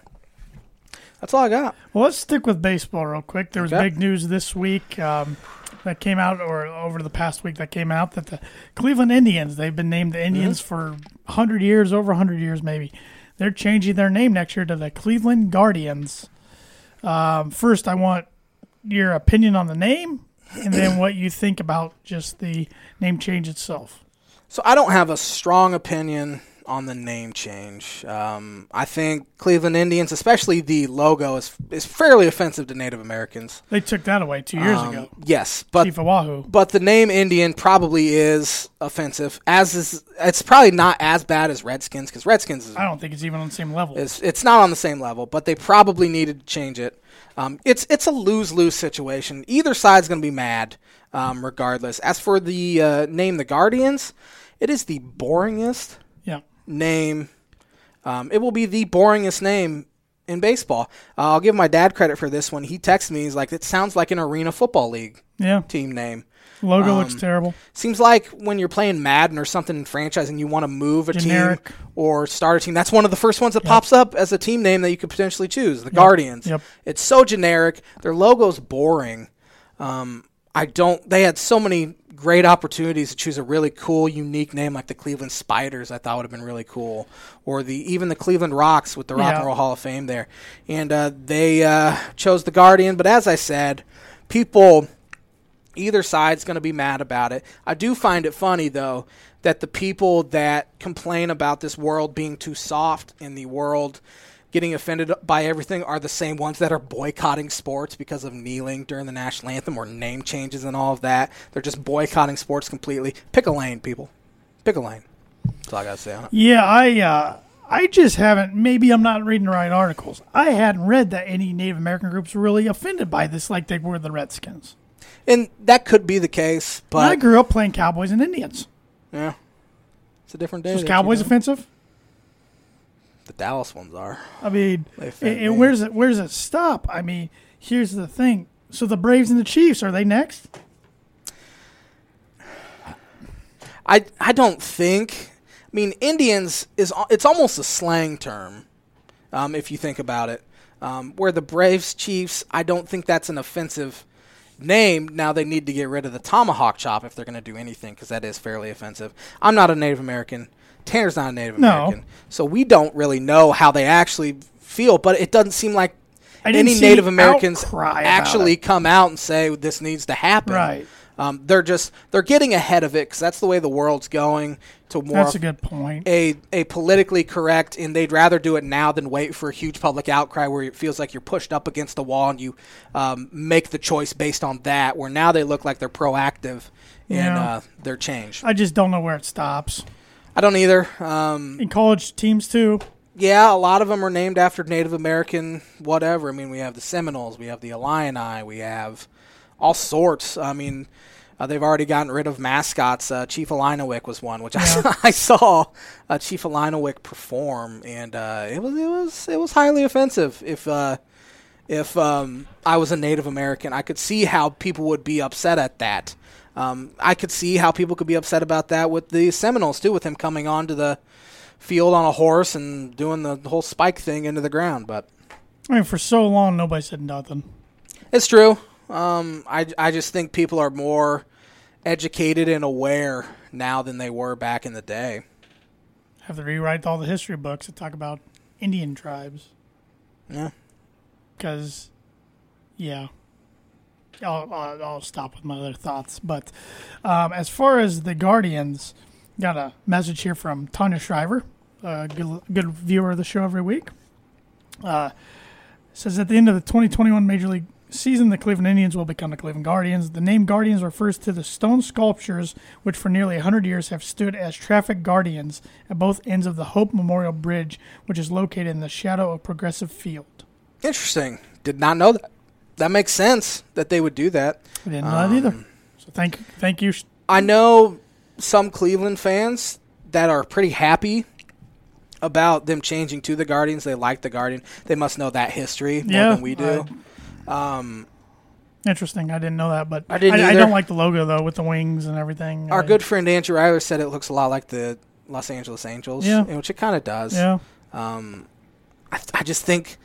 [SPEAKER 2] that's all I got.
[SPEAKER 1] Well, let's stick with baseball real quick. There was
[SPEAKER 2] Okay.
[SPEAKER 1] big news this week um, that came out, or over the past week that came out, that the Cleveland Indians, they've been named the Indians
[SPEAKER 2] Mm-hmm.
[SPEAKER 1] for 100 years, over 100 years maybe. They're changing their name next year to the Cleveland Guardians. Um, first, I want your opinion on the name, and then what you think about just the name change itself.
[SPEAKER 2] So I don't have a strong opinion on the name change. Um, I think Cleveland Indians, especially the logo, is is fairly offensive to Native Americans.
[SPEAKER 1] They took that away two years
[SPEAKER 2] Um,
[SPEAKER 1] ago.
[SPEAKER 2] yes, but
[SPEAKER 1] Chief Oahu.
[SPEAKER 2] but the name Indian probably is offensive. As is, it's probably not as bad as Redskins because Redskins is
[SPEAKER 1] I don't think it's even on the same level.
[SPEAKER 2] it's, it's not on the same level, but they probably needed to change it. Um, it's it's a lose lose situation. Either side's going to be mad, um, regardless. As for the uh, name, the Guardians, it is the boringest
[SPEAKER 1] yeah.
[SPEAKER 2] name. Um, it will be the boringest name in baseball. Uh, I'll give my dad credit for this one. He texted me. He's like, "It sounds like an arena football league
[SPEAKER 1] Yeah.
[SPEAKER 2] team name."
[SPEAKER 1] Logo looks
[SPEAKER 2] Um,
[SPEAKER 1] terrible.
[SPEAKER 2] Seems like when you're playing Madden or something in franchise and you want to move a
[SPEAKER 1] Generic.
[SPEAKER 2] team or start a team, that's one of the first ones that pops up as a team name that you could potentially choose. The Guardians.
[SPEAKER 1] Yep.
[SPEAKER 2] It's so generic. Their logo's boring. Um, I don't. They had so many great opportunities to choose a really cool, unique name like the Cleveland Spiders. I thought would have been really cool, or the even the Cleveland Rocks with the Rock
[SPEAKER 1] Yeah.
[SPEAKER 2] and Roll Hall of Fame there. And uh, they uh, chose the Guardian. But as I said, people either side's going to be mad about it. I do find it funny though that the people that complain about this world being too soft and the world getting offended by everything are the same ones that are boycotting sports because of kneeling during the national anthem or name changes and all of that. They're just boycotting sports completely. Pick a lane, people. Pick a lane. That's all I got to say on it.
[SPEAKER 1] Yeah, I uh, I just haven't. Maybe I'm not reading the right articles. I hadn't read that any Native American groups really offended by this, like they were the Redskins.
[SPEAKER 2] And that could be the case,
[SPEAKER 1] I
[SPEAKER 2] but
[SPEAKER 1] grew up playing Cowboys and Indians.
[SPEAKER 2] yeah, it's a different day.
[SPEAKER 1] Was
[SPEAKER 2] that you
[SPEAKER 1] Cowboys
[SPEAKER 2] know.
[SPEAKER 1] offensive?
[SPEAKER 2] the Dallas ones are.
[SPEAKER 1] I mean,
[SPEAKER 2] They
[SPEAKER 1] it,
[SPEAKER 2] offend
[SPEAKER 1] it-
[SPEAKER 2] me.
[SPEAKER 1] where does it where does it stop? I mean, here's the thing. So the Braves and the Chiefs are they next?
[SPEAKER 2] I I don't think. I mean, Indians is al- it's almost a slang term, um, if you think about it. Um, where the Braves, Chiefs, I don't think that's an offensive name. Now they need to get rid of the tomahawk chop if they're going to do anything because that is fairly offensive. I'm not a Native American. Tanner's not a Native
[SPEAKER 1] No.
[SPEAKER 2] American, so we don't really know how they actually feel. But it doesn't seem like
[SPEAKER 1] I didn't
[SPEAKER 2] any
[SPEAKER 1] see
[SPEAKER 2] Native
[SPEAKER 1] any
[SPEAKER 2] Americans
[SPEAKER 1] outcry about
[SPEAKER 2] actually come out and say this needs to happen.
[SPEAKER 1] Right.
[SPEAKER 2] Um, they're just they're getting ahead of it because that's the way the world's going to more
[SPEAKER 1] That's a
[SPEAKER 2] of
[SPEAKER 1] good point.
[SPEAKER 2] a a politically correct, and they'd rather do it now than wait for a huge public outcry where it feels like you're pushed up against the wall and you um, make the choice based on that. Where now they look like they're proactive in
[SPEAKER 1] Yeah.
[SPEAKER 2] uh, their change.
[SPEAKER 1] I just don't know where it stops.
[SPEAKER 2] I don't either. Um,
[SPEAKER 1] In college teams too.
[SPEAKER 2] yeah, a lot of them are named after Native American whatever. I mean, we have the Seminoles, we have the Illini, we have all sorts. I mean, uh, they've already gotten rid of mascots. Uh, Chief Illinowick was one, which I saw *laughs* I saw uh, Chief Illinowick perform, and uh, it was it was it was highly offensive. If uh, if um, I was a Native American, I could see how people would be upset at that. Um, I could see how people could be upset about that with the Seminoles too, with him coming onto the field on a horse and doing the whole spike thing into the ground. But
[SPEAKER 1] I mean, for so long nobody said nothing.
[SPEAKER 2] it's true. Um, I I just think people are more educated and aware now than they were back in the day.
[SPEAKER 1] Have to rewrite all the history books that talk about Indian tribes.
[SPEAKER 2] Yeah.
[SPEAKER 1] because yeah I'll, I'll, I'll stop with my other thoughts but um, as far as the guardians got a message here from tanya shriver a good, good viewer of the show every week uh, says at the end of the 2021 major league season the cleveland indians will become the cleveland guardians the name guardians refers to the stone sculptures which for nearly 100 years have stood as traffic guardians at both ends of the hope memorial bridge which is located in the shadow of progressive field
[SPEAKER 2] Interesting. Did not know that. That makes sense that they would do that.
[SPEAKER 1] I
[SPEAKER 2] Um,
[SPEAKER 1] didn't know that either. So Thank, thank you.
[SPEAKER 2] I know some Cleveland fans that are pretty happy about them changing to the Guardians. They like the Guardian. They must know that history more
[SPEAKER 1] Yeah,
[SPEAKER 2] than we do. um,
[SPEAKER 1] Interesting. I didn't know that, but
[SPEAKER 2] I didn't
[SPEAKER 1] I,
[SPEAKER 2] either.
[SPEAKER 1] don't like the logo though with the wings and everything.
[SPEAKER 2] our
[SPEAKER 1] I-
[SPEAKER 2] good friend Andrew Eiler said it looks a lot like the Los Angeles Angels,
[SPEAKER 1] Yeah.
[SPEAKER 2] and which it kind of does.
[SPEAKER 1] Yeah.
[SPEAKER 2] Um, I, th- I just think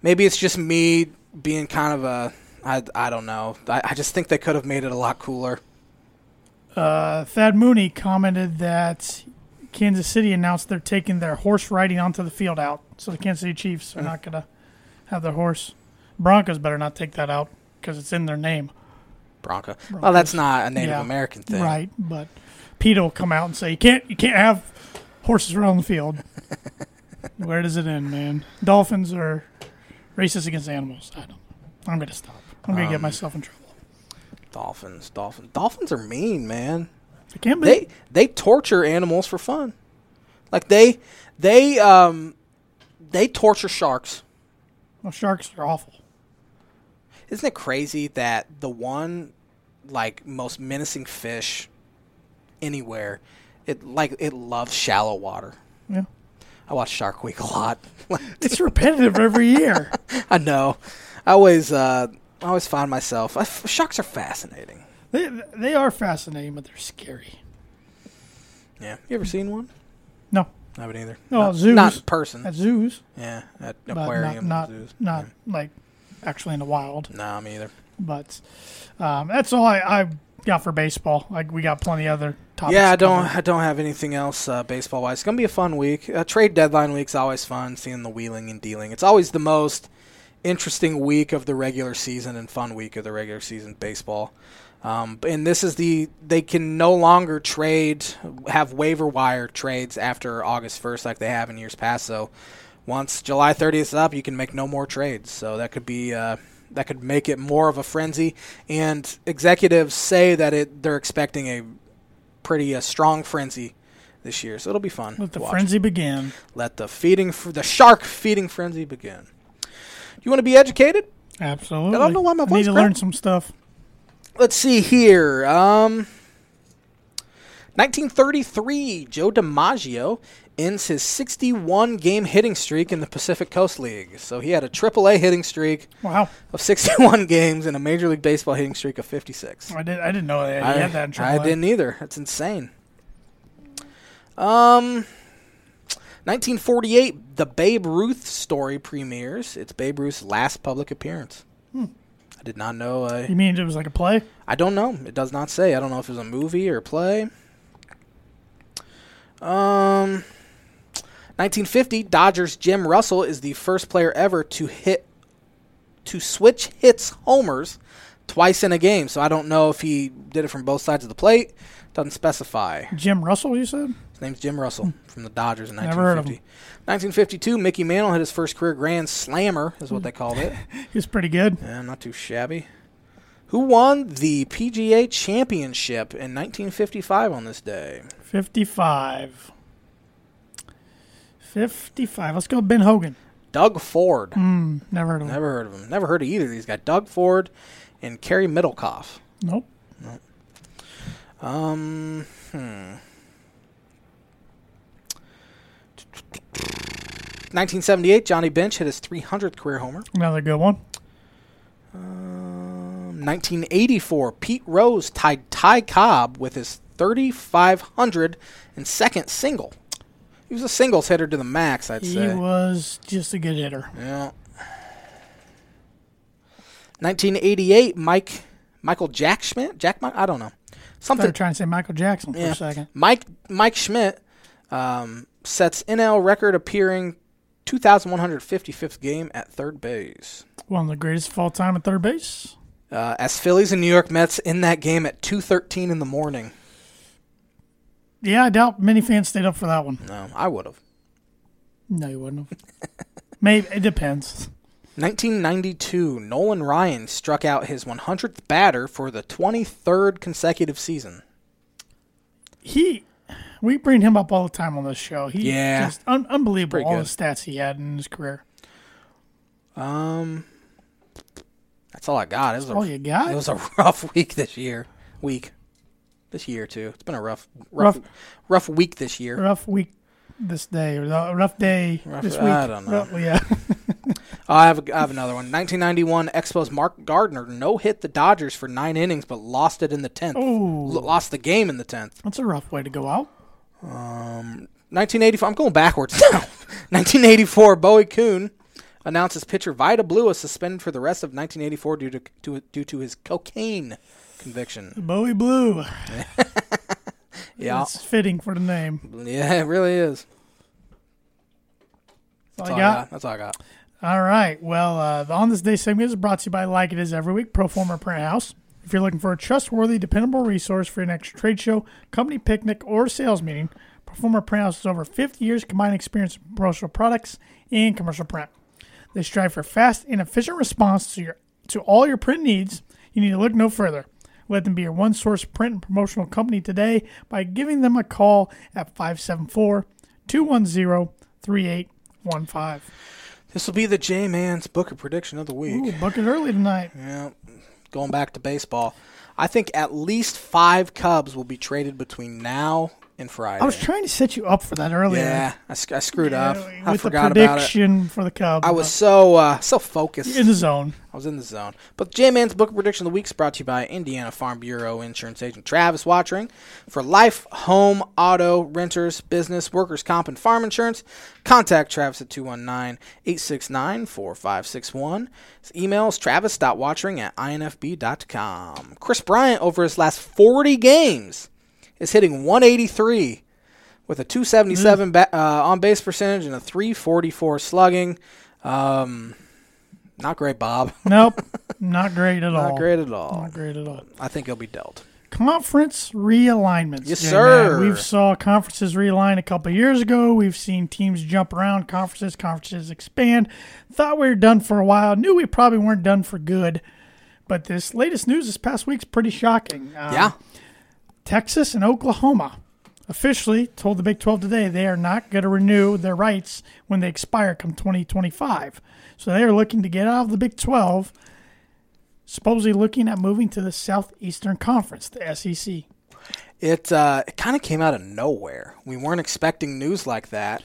[SPEAKER 2] maybe it's just me being kind of a I, I don't know. I, I just think they could have made it a lot cooler.
[SPEAKER 1] Uh, Thad Mooney commented that Kansas City announced they're taking their horse riding onto the field out, so the Kansas City Chiefs
[SPEAKER 2] Mm.
[SPEAKER 1] are not gonna have their horse. Broncos better not take that out because it's in their name,
[SPEAKER 2] Bronco. Well, that's not a Native
[SPEAKER 1] Yeah.
[SPEAKER 2] American thing.
[SPEAKER 1] right? But Pete will come out and say you can't you can't have horses run on the
[SPEAKER 2] *laughs*
[SPEAKER 1] field. Where does it end, man? Dolphins are racist against animals. I don't. I'm gonna stop. I'm gonna
[SPEAKER 2] Um,
[SPEAKER 1] get myself in trouble.
[SPEAKER 2] Dolphins, dolphins, dolphins are mean, man.
[SPEAKER 1] I can't be.
[SPEAKER 2] They they torture animals for fun. Like they they um they torture sharks.
[SPEAKER 1] Well, sharks are awful.
[SPEAKER 2] Isn't it crazy that the one like most menacing fish anywhere it like it loves shallow water.
[SPEAKER 1] Yeah.
[SPEAKER 2] I watch Shark Week a lot. *laughs*
[SPEAKER 1] It's repetitive every year.
[SPEAKER 2] I know. I always uh I always find myself I f sharks are fascinating.
[SPEAKER 1] *laughs* They, they are fascinating, but they're scary.
[SPEAKER 2] Yeah. You ever seen one?
[SPEAKER 1] No,
[SPEAKER 2] I haven't either.
[SPEAKER 1] No,
[SPEAKER 2] not,
[SPEAKER 1] Oh, zoos.
[SPEAKER 2] Not in person.
[SPEAKER 1] at zoos,
[SPEAKER 2] yeah, at
[SPEAKER 1] but
[SPEAKER 2] aquarium
[SPEAKER 1] not
[SPEAKER 2] zoos.
[SPEAKER 1] not, not like actually in the wild.
[SPEAKER 2] No, me either.
[SPEAKER 1] But um, that's all I, I got for baseball. Like we got plenty other topics.
[SPEAKER 2] Yeah, I don't.
[SPEAKER 1] covered.
[SPEAKER 2] I don't have anything else uh, baseball wise. It's gonna be a fun week. Uh, trade deadline week's always fun. Seeing the wheeling and dealing. It's always the most interesting week of the regular season and fun week of the regular season baseball. Um, and this is the they can no longer trade have waiver wire trades after August first like they have in years past. So once July 30th is up, you can make no more trades. So that could be uh, that could make it more of a frenzy. And executives say that it they're expecting a pretty uh, strong frenzy this year. So it'll be fun.
[SPEAKER 1] Let the
[SPEAKER 2] to watch.
[SPEAKER 1] frenzy begin.
[SPEAKER 2] Let the feeding fr- the shark feeding frenzy begin. You want to be educated?
[SPEAKER 1] Absolutely.
[SPEAKER 2] I don't know why my
[SPEAKER 1] need
[SPEAKER 2] voice
[SPEAKER 1] to
[SPEAKER 2] cracked.
[SPEAKER 1] learn some stuff.
[SPEAKER 2] Let's see here. Um, 1933, Joe DiMaggio ends his 61 game hitting streak in the Pacific Coast League. So he had a AAA hitting streak
[SPEAKER 1] Wow,
[SPEAKER 2] of *laughs* 61 games and a Major League Baseball hitting streak of 56.
[SPEAKER 1] I did. I didn't know they had that. In
[SPEAKER 2] I
[SPEAKER 1] AAA.
[SPEAKER 2] didn't either. That's insane. Um, 1948, the Babe Ruth story premieres. It's Babe Ruth's last public appearance.
[SPEAKER 1] Hmm.
[SPEAKER 2] I did not know. Uh,
[SPEAKER 1] You mean it was like a play?
[SPEAKER 2] I don't know. It does not say. I don't know if it was a movie or a play. Um, 1950, Dodgers Jim Russell is the first player ever to hit to switch hits homers twice in a game. So I don't know if he did it from both sides of the plate. Doesn't specify.
[SPEAKER 1] Jim Russell, you said?
[SPEAKER 2] His name's Jim Russell from the Dodgers in
[SPEAKER 1] Never heard of
[SPEAKER 2] 1950. 1952, Mickey Mantle hit his first career grand slammer, is what they called it.
[SPEAKER 1] He's pretty good.
[SPEAKER 2] Yeah, Eh, not too shabby. Who won the PGA Championship in 1955 on this day?
[SPEAKER 1] 55. 55. Let's go Ben Hogan.
[SPEAKER 2] Doug Ford.
[SPEAKER 1] Mm, never heard of him.
[SPEAKER 2] Never heard of him. Never heard of either of these guys. Doug Ford and Kerry Middlecoff.
[SPEAKER 1] Nope.
[SPEAKER 2] Um, hmm. 1978, Johnny Bench hit his 300th career homer.
[SPEAKER 1] Another good one.
[SPEAKER 2] Um, 1984, Pete Rose tied Ty Cobb with his 3,502nd single. He was a singles hitter to the max, I'd
[SPEAKER 1] He
[SPEAKER 2] say.
[SPEAKER 1] was just a good hitter.
[SPEAKER 2] Yeah. 1988, Mike Michael Jack Schmidt, Jack, Mi- I don't know,
[SPEAKER 1] I thought you were
[SPEAKER 2] something.
[SPEAKER 1] trying to say Michael Jackson for
[SPEAKER 2] Yeah.
[SPEAKER 1] a second.
[SPEAKER 2] Mike Mike Schmidt um, sets NL record appearing 2,155th game at third base.
[SPEAKER 1] One of the greatest of all time at third base.
[SPEAKER 2] Uh, as Phillies and New York Mets in that game at 2:13 in the morning.
[SPEAKER 1] Yeah, I doubt many fans stayed up for that one.
[SPEAKER 2] No, Um, I would have.
[SPEAKER 1] No, you wouldn't have. Maybe. It depends.
[SPEAKER 2] 1992, Nolan Ryan struck out his 100th batter for the 23rd consecutive season.
[SPEAKER 1] He. We bring him up all the time on this show. He
[SPEAKER 2] Yeah.
[SPEAKER 1] just un- unbelievable
[SPEAKER 2] Pretty
[SPEAKER 1] all
[SPEAKER 2] good.
[SPEAKER 1] the stats he had in his career.
[SPEAKER 2] Um, that's all I got. It was a,
[SPEAKER 1] All you got?
[SPEAKER 2] It was a rough *laughs* week this year. week, this year too. It's been a rough, rough, rough,
[SPEAKER 1] Rough.
[SPEAKER 2] week this year.
[SPEAKER 1] rough week this day or a rough day
[SPEAKER 2] Rough-
[SPEAKER 1] this week.
[SPEAKER 2] I don't know.
[SPEAKER 1] Rough- yeah. *laughs*
[SPEAKER 2] I have I have another one. 1991 Expos Mark Gardner no hit the Dodgers for nine innings, but lost it in the tenth.
[SPEAKER 1] Ooh.
[SPEAKER 2] Lost the game in the tenth.
[SPEAKER 1] That's a rough way to go out.
[SPEAKER 2] Um, 1984. I'm going backwards now. *laughs* 1984. Bowie Kuhn announces pitcher Vita Blue is suspended for the rest of 1984 due to, to due to his cocaine conviction.
[SPEAKER 1] Bowie Blue.
[SPEAKER 2] *laughs* Yeah,
[SPEAKER 1] It's fitting for the name.
[SPEAKER 2] yeah, it really is.
[SPEAKER 1] That's all I
[SPEAKER 2] That's all I
[SPEAKER 1] got.
[SPEAKER 2] got. That's all I got.
[SPEAKER 1] All right. Well, uh, the On This Day segment is brought to you by Like It Is Every Week, Proforma Print House. If you're looking for a trustworthy, dependable resource for your next trade show, company picnic, or sales meeting, Proforma Print House has over 50 years combined experience in promotional products and commercial print. They strive for fast and efficient response to your to all your print needs. You need to look no further. Let them be your one source print and promotional company today by giving them a call at 574 210 3815.
[SPEAKER 2] This will be the J Man's Booker prediction of the week.
[SPEAKER 1] Ooh, book it early tonight.
[SPEAKER 2] Yeah, going back to baseball, I think at least five Cubs will be traded between now and Friday.
[SPEAKER 1] I was trying to set you up for that earlier.
[SPEAKER 2] yeah, I, sc- I screwed
[SPEAKER 1] Oh, Yeah,
[SPEAKER 2] up.
[SPEAKER 1] with
[SPEAKER 2] I
[SPEAKER 1] the
[SPEAKER 2] forgot about it.
[SPEAKER 1] prediction for the Cubs.
[SPEAKER 2] I was so uh, so focused.
[SPEAKER 1] in the zone.
[SPEAKER 2] I was in the zone. But J Man's Book of Prediction of the Week is brought to you by Indiana Farm Bureau Insurance Agent Travis Watchering. For life, home, auto, renters, business, workers' comp, and farm insurance, contact Travis at 219 869 4561. His email is travis.watchering at infb.com. Chris Bryant, over his last 40 games, is hitting 183 with a 277 ba- uh, on base percentage and a 344 slugging. Um, not great, Bob. *laughs*
[SPEAKER 1] Nope, not great at all.
[SPEAKER 2] Not great at all.
[SPEAKER 1] Not great at all.
[SPEAKER 2] I think he'll be dealt.
[SPEAKER 1] Conference realignments.
[SPEAKER 2] Yes,
[SPEAKER 1] J-Man.
[SPEAKER 2] sir.
[SPEAKER 1] We've saw conferences realign a couple years ago. We've seen teams jump around conferences, conferences expand. Thought we were done for a while. Knew we probably weren't done for good. But this latest news this past week's pretty shocking. Um,
[SPEAKER 2] yeah.
[SPEAKER 1] Texas and Oklahoma officially told the Big 12 today they are not going to renew their rights when they expire come 2025. So they are looking to get out of the Big 12, supposedly looking at moving to the Southeastern Conference, the E SEC.
[SPEAKER 2] It uh, it kind of came out of nowhere. We weren't expecting news like that.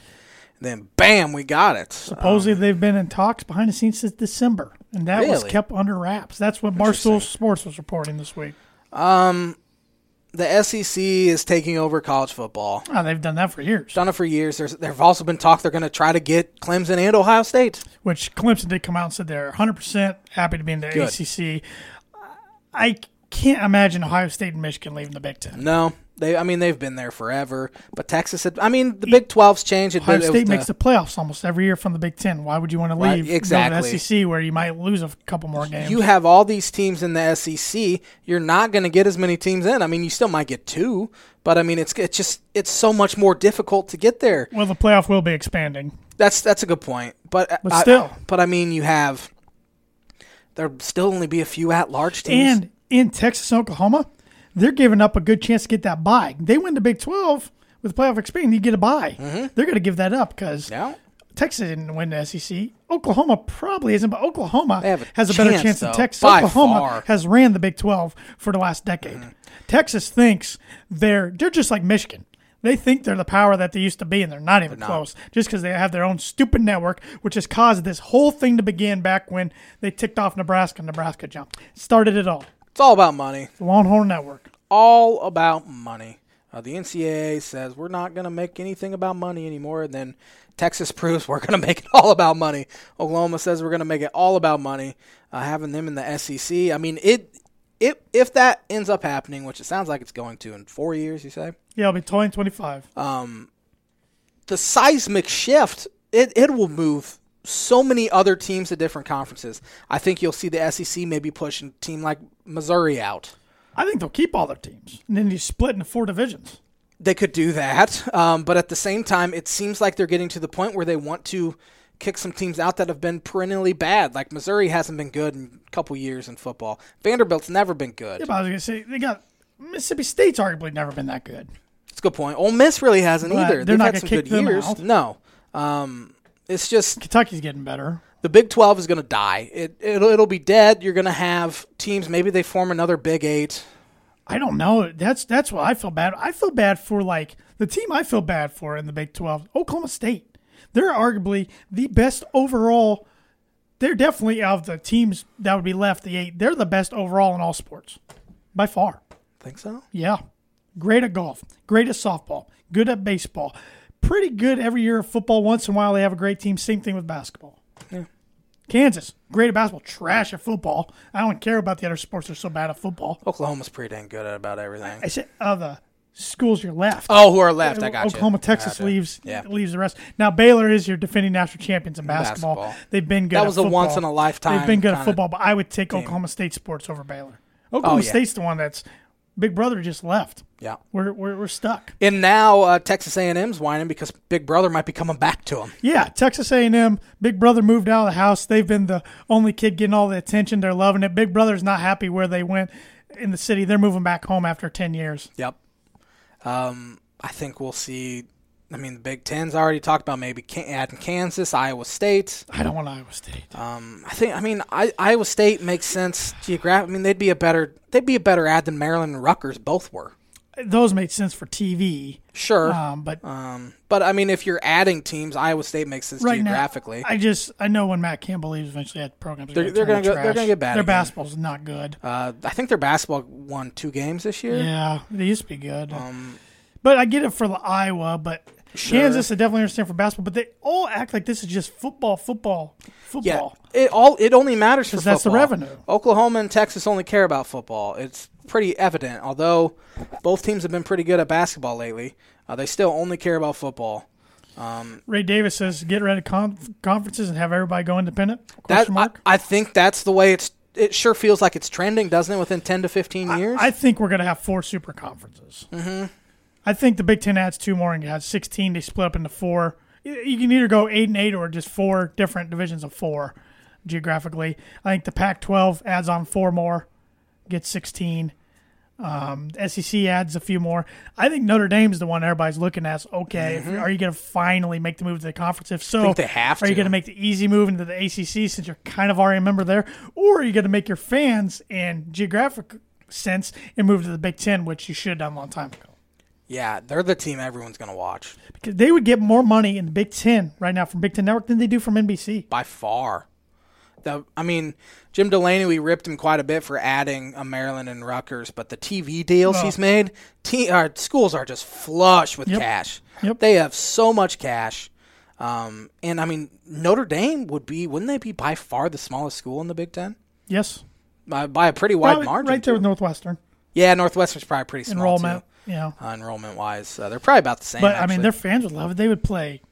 [SPEAKER 2] Then bam, we got it.
[SPEAKER 1] Supposedly they've been in talks behind the scenes since December, and that was
[SPEAKER 2] Really?
[SPEAKER 1] kept under wraps. That's what Barstool Sports was reporting this week.
[SPEAKER 2] the SEC is taking over college football.
[SPEAKER 1] Oh, they've done that for years,
[SPEAKER 2] Done it for years. There's, there've also been talk they're going to try to get Clemson and Ohio State.
[SPEAKER 1] which Clemson did come out and said they're 100% happy to be in the
[SPEAKER 2] Good.
[SPEAKER 1] ACC. I can't imagine Ohio State and Michigan leaving the Big Ten.
[SPEAKER 2] No, they. I mean, they've been there forever. But Texas had. I mean, the Big 12's changed. It,
[SPEAKER 1] Ohio
[SPEAKER 2] it was
[SPEAKER 1] State makes
[SPEAKER 2] the-
[SPEAKER 1] the playoffs almost every year from the Big Ten. Why would you want to
[SPEAKER 2] Right,
[SPEAKER 1] leave
[SPEAKER 2] exactly.
[SPEAKER 1] the SEC where you might lose a couple more games?
[SPEAKER 2] you have all these teams in the SEC. You're not going to get as many teams in. I mean, you still might get two, but I mean, it's it's just it's so much more difficult to get there.
[SPEAKER 1] well, the playoff will be expanding.
[SPEAKER 2] That's that's a good point, but
[SPEAKER 1] But
[SPEAKER 2] I-
[SPEAKER 1] still.
[SPEAKER 2] but I mean, you have there'll still only be a few at large teams.
[SPEAKER 1] And in Texas and Oklahoma, they're giving up a good chance to get that bye. They win the Big 12 with playoff expanding, you get a bye. They're going to give that up because
[SPEAKER 2] Mm-hmm. now
[SPEAKER 1] Texas didn't win the SEC. Oklahoma probably isn't, but Oklahoma
[SPEAKER 2] They have a
[SPEAKER 1] has a better
[SPEAKER 2] chance,
[SPEAKER 1] chance than
[SPEAKER 2] though,
[SPEAKER 1] Texas.
[SPEAKER 2] by
[SPEAKER 1] Oklahoma
[SPEAKER 2] far. Mm-hmm.
[SPEAKER 1] has ran the Big 12 for the last decade. Texas thinks they're they're just like Michigan. They think they're the power that they used to be, and they're not even close. Just because they have their own stupid network, which has caused this whole thing to begin back when they ticked off Nebraska. and Nebraska jumped, started it all.
[SPEAKER 2] it's all about money.
[SPEAKER 1] The Longhorn Network.
[SPEAKER 2] All about money. Uh, the NCAA says we're not going to make anything about money anymore, and then Texas *laughs* proves we're going to make it all about money. Oklahoma says we're going to make it all about money. Uh, having them in the SEC, I mean, it if if that ends up happening, which it sounds like it's going to in four years, you say.
[SPEAKER 1] Yeah, it'll be 2025.
[SPEAKER 2] Uh, the seismic shift it, it will move so many other teams to different conferences. I think you'll see the SEC maybe push a team like Missouri out.
[SPEAKER 1] I think they'll keep all their teams, and then you split into four divisions.
[SPEAKER 2] They could do that, um, but at the same time, it seems like they're getting to the point where they want to kick some teams out that have been perennially bad. Like Missouri hasn't been good in a couple years in football. Vanderbilt's never been good.
[SPEAKER 1] Yeah, but I was gonna say they got Mississippi State's arguably never been that good.
[SPEAKER 2] It's a good point. Ole Miss really hasn't
[SPEAKER 1] But
[SPEAKER 2] either.
[SPEAKER 1] they're
[SPEAKER 2] They've
[SPEAKER 1] not
[SPEAKER 2] had
[SPEAKER 1] gonna
[SPEAKER 2] some
[SPEAKER 1] kick
[SPEAKER 2] good
[SPEAKER 1] them
[SPEAKER 2] years.
[SPEAKER 1] out.
[SPEAKER 2] No, um, it's just
[SPEAKER 1] Kentucky's getting better.
[SPEAKER 2] the Big 12 is going to die. It it'll, it'll be dead. You're going to have teams. Maybe they form another Big Eight.
[SPEAKER 1] I don't know. That's that's what I feel bad. I feel bad for like the team I feel bad for in the Big 12, Oklahoma State. They're arguably the best overall. They're definitely of the teams that would be left the eight. They're the best overall in all sports by far.
[SPEAKER 2] Think so?
[SPEAKER 1] Yeah. Great at golf, great at softball, good at baseball, pretty good every year of football. Once in a while, they have a great team. Same thing with basketball.
[SPEAKER 2] Yeah.
[SPEAKER 1] Kansas, great at basketball, trash at football. I don't care about the other sports. They're so bad at football.
[SPEAKER 2] Oklahoma's pretty dang good at about everything.
[SPEAKER 1] I said, of the schools you're left.
[SPEAKER 2] Oh, who are left? I got you.
[SPEAKER 1] Oklahoma, Texas
[SPEAKER 2] Gotcha.
[SPEAKER 1] leaves
[SPEAKER 2] Yeah.
[SPEAKER 1] leaves the rest. Now Baylor is your defending national champions in basketball.
[SPEAKER 2] Basketball.
[SPEAKER 1] They've been good.
[SPEAKER 2] That
[SPEAKER 1] at
[SPEAKER 2] was a
[SPEAKER 1] football.
[SPEAKER 2] once-in-a-lifetime
[SPEAKER 1] They've been good at
[SPEAKER 2] kinda Oh,
[SPEAKER 1] football, but I would take Oklahoma State sports over Baylor. Oklahoma
[SPEAKER 2] yeah.
[SPEAKER 1] State's the one that's Big Brother just left.
[SPEAKER 2] Yeah.
[SPEAKER 1] We're we're, we're stuck.
[SPEAKER 2] And now uh, Texas A&M's whining because Big Brother might be coming back to him.
[SPEAKER 1] Yeah, Texas A&M. Big Brother moved out of the house. They've been the only kid getting all the attention. They're loving it. Big Brother's not happy where they went in the city. They're moving back home after ten years.
[SPEAKER 2] Yep. Um, I think we'll see. I mean, the Big Ten's already talked about maybe Can- adding Kansas, Iowa State.
[SPEAKER 1] I don't want Iowa State.
[SPEAKER 2] Um, I think. I mean, I, Iowa State makes sense geographically. I mean, they'd be a better they'd be a better ad than Maryland and Rutgers both were.
[SPEAKER 1] Those made sense for TV,
[SPEAKER 2] Sure.
[SPEAKER 1] um, but
[SPEAKER 2] Um, but I mean, if you're adding teams, Iowa State makes sense
[SPEAKER 1] right
[SPEAKER 2] geographically.
[SPEAKER 1] now, I just I know when Matt Campbell leaves, eventually that program's
[SPEAKER 2] They're- they're
[SPEAKER 1] turn to
[SPEAKER 2] gonna go- they're
[SPEAKER 1] trash.
[SPEAKER 2] gonna get bad
[SPEAKER 1] Their
[SPEAKER 2] again.
[SPEAKER 1] basketball's not good.
[SPEAKER 2] uh, I think their basketball won two games this year.
[SPEAKER 1] Yeah, they used to be good.
[SPEAKER 2] Um,
[SPEAKER 1] but I get it for the Iowa, but Kansas, I definitely understand for basketball. But they all act like this is just football, football,
[SPEAKER 2] Yeah,
[SPEAKER 1] football.
[SPEAKER 2] it all it only matters for
[SPEAKER 1] 'Cause that's the
[SPEAKER 2] football.
[SPEAKER 1] revenue.
[SPEAKER 2] Oklahoma and Texas only care about football. It's pretty evident. Although both teams have been pretty good at basketball lately, uh, they still only care about football.
[SPEAKER 1] Ray Davis says get rid of con- conferences and have everybody go independent.
[SPEAKER 2] That
[SPEAKER 1] Question
[SPEAKER 2] I,
[SPEAKER 1] mark.
[SPEAKER 2] I think that's the way it's. It sure feels like it's trending, doesn't it? Within ten to fifteen years,
[SPEAKER 1] I think we're going to have four super conferences. Mm-hmm. I think the Big Ten adds two more and you have 16. They split up into four. You you can either go eight and eight or just four different divisions of four geographically. I think the Pac 12 adds on four more, gets 16. Um, SEC adds a few more. I think Notre Dame's the one everybody's looking at. is, Okay, if- are you going to finally make the move to the conference? If so,
[SPEAKER 2] Mm-hmm. think they have
[SPEAKER 1] are you
[SPEAKER 2] to.
[SPEAKER 1] going to make the easy move into the ACC since you're kind of already a member there, or are you going to make your fans and geographic sense and move to the Big Ten, which you should have done a long time ago?
[SPEAKER 2] yeah, they're the team everyone's going to watch
[SPEAKER 1] Because they would get more money in the Big Ten right now from Big Ten Network than they do from NBC.
[SPEAKER 2] by far. The, I mean, Jim Delaney, we ripped him quite a bit for adding a Maryland and Rutgers, but the TV deals
[SPEAKER 1] Well-
[SPEAKER 2] he's made, te- our schools are just flush with
[SPEAKER 1] Yep.
[SPEAKER 2] cash.
[SPEAKER 1] Yep.
[SPEAKER 2] They have so much cash. Um, and I mean, Notre Dame would be, wouldn't they be by far the smallest school in the Big Ten?
[SPEAKER 1] Yes,
[SPEAKER 2] By, by a pretty wide
[SPEAKER 1] Probably
[SPEAKER 2] margin.
[SPEAKER 1] right there
[SPEAKER 2] too.
[SPEAKER 1] with Northwestern
[SPEAKER 2] Yeah, Northwestern's probably pretty small.
[SPEAKER 1] enrollment.
[SPEAKER 2] too,
[SPEAKER 1] You know,
[SPEAKER 2] Uh, enrollment wise. Uh, they're probably about the same.
[SPEAKER 1] But I
[SPEAKER 2] actually.
[SPEAKER 1] mean, their fans would love it. They would play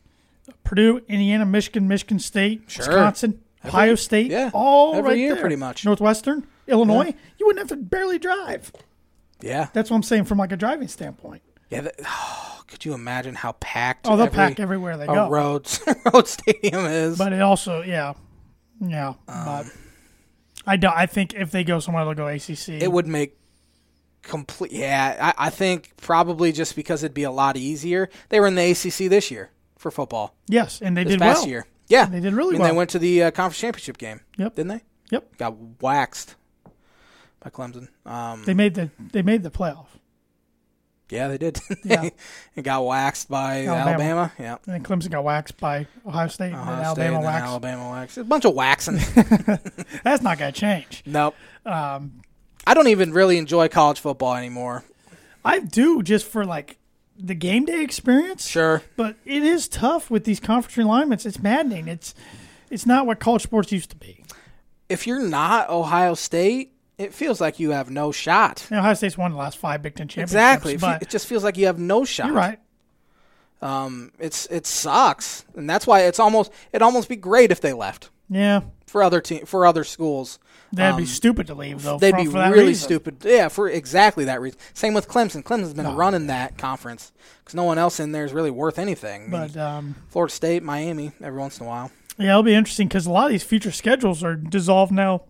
[SPEAKER 1] Purdue, Indiana, Michigan, Michigan State,
[SPEAKER 2] Sure.
[SPEAKER 1] Wisconsin, Ohio State,
[SPEAKER 2] yeah,
[SPEAKER 1] all
[SPEAKER 2] every
[SPEAKER 1] right
[SPEAKER 2] year
[SPEAKER 1] there.
[SPEAKER 2] pretty much.
[SPEAKER 1] Northwestern, Illinois. You wouldn't have to barely drive.
[SPEAKER 2] yeah.
[SPEAKER 1] That's what I'm saying from like a driving standpoint.
[SPEAKER 2] Yeah, that, oh, *sighs* could you imagine how packed?
[SPEAKER 1] Oh, they'll
[SPEAKER 2] every,
[SPEAKER 1] pack everywhere they
[SPEAKER 2] a
[SPEAKER 1] go.
[SPEAKER 2] Roads, road *laughs* stadium is.
[SPEAKER 1] But it also, yeah, yeah.
[SPEAKER 2] Um,
[SPEAKER 1] but I don't. I think if they go somewhere, they'll go ACC.
[SPEAKER 2] it would make complete. Yeah, I, I think probably just because it'd be a lot easier. They were in the ACC this year for football.
[SPEAKER 1] yes, and they
[SPEAKER 2] This
[SPEAKER 1] did
[SPEAKER 2] past
[SPEAKER 1] well.
[SPEAKER 2] year, yeah,
[SPEAKER 1] They did really
[SPEAKER 2] And
[SPEAKER 1] well.
[SPEAKER 2] they went to the uh, conference championship game.
[SPEAKER 1] Yep.
[SPEAKER 2] didn't they?
[SPEAKER 1] Yep,
[SPEAKER 2] Got waxed by Clemson. Um,
[SPEAKER 1] they made the they made the playoff.
[SPEAKER 2] yeah, they did. *laughs*
[SPEAKER 1] Yeah.
[SPEAKER 2] and got waxed by
[SPEAKER 1] Alabama.
[SPEAKER 2] Alabama. Yeah.
[SPEAKER 1] And then Clemson got waxed by Ohio State, and then
[SPEAKER 2] Ohio
[SPEAKER 1] Alabama
[SPEAKER 2] State and then
[SPEAKER 1] waxed.
[SPEAKER 2] Alabama waxed. A bunch of waxing.
[SPEAKER 1] *laughs* That's not going to change.
[SPEAKER 2] nope. Um, I don't even really enjoy college football anymore.
[SPEAKER 1] I do just for like the game day experience.
[SPEAKER 2] Sure.
[SPEAKER 1] But it is tough with these conference alignments. It's maddening. It's it's not what college sports used to be.
[SPEAKER 2] If you're not Ohio State, it feels like you have no shot.
[SPEAKER 1] And Ohio State's won the last five Big Ten championships.
[SPEAKER 2] Exactly. If you-
[SPEAKER 1] But
[SPEAKER 2] it just feels like you have no shot.
[SPEAKER 1] you're right.
[SPEAKER 2] It's it sucks, and that's why it's almost it'd almost be great if they left
[SPEAKER 1] Yeah.
[SPEAKER 2] for other team for other schools.
[SPEAKER 1] That'd be stupid to leave though.
[SPEAKER 2] Um, They'd
[SPEAKER 1] for,
[SPEAKER 2] be
[SPEAKER 1] for that
[SPEAKER 2] really
[SPEAKER 1] reason.
[SPEAKER 2] stupid. Yeah, for exactly that reason. Same with Clemson. Clemson's been running that conference because no one else in there is really worth anything. I mean,
[SPEAKER 1] But um,
[SPEAKER 2] Florida State, Miami, every once in a while.
[SPEAKER 1] yeah, it'll be interesting because a lot of these future schedules are dissolved now.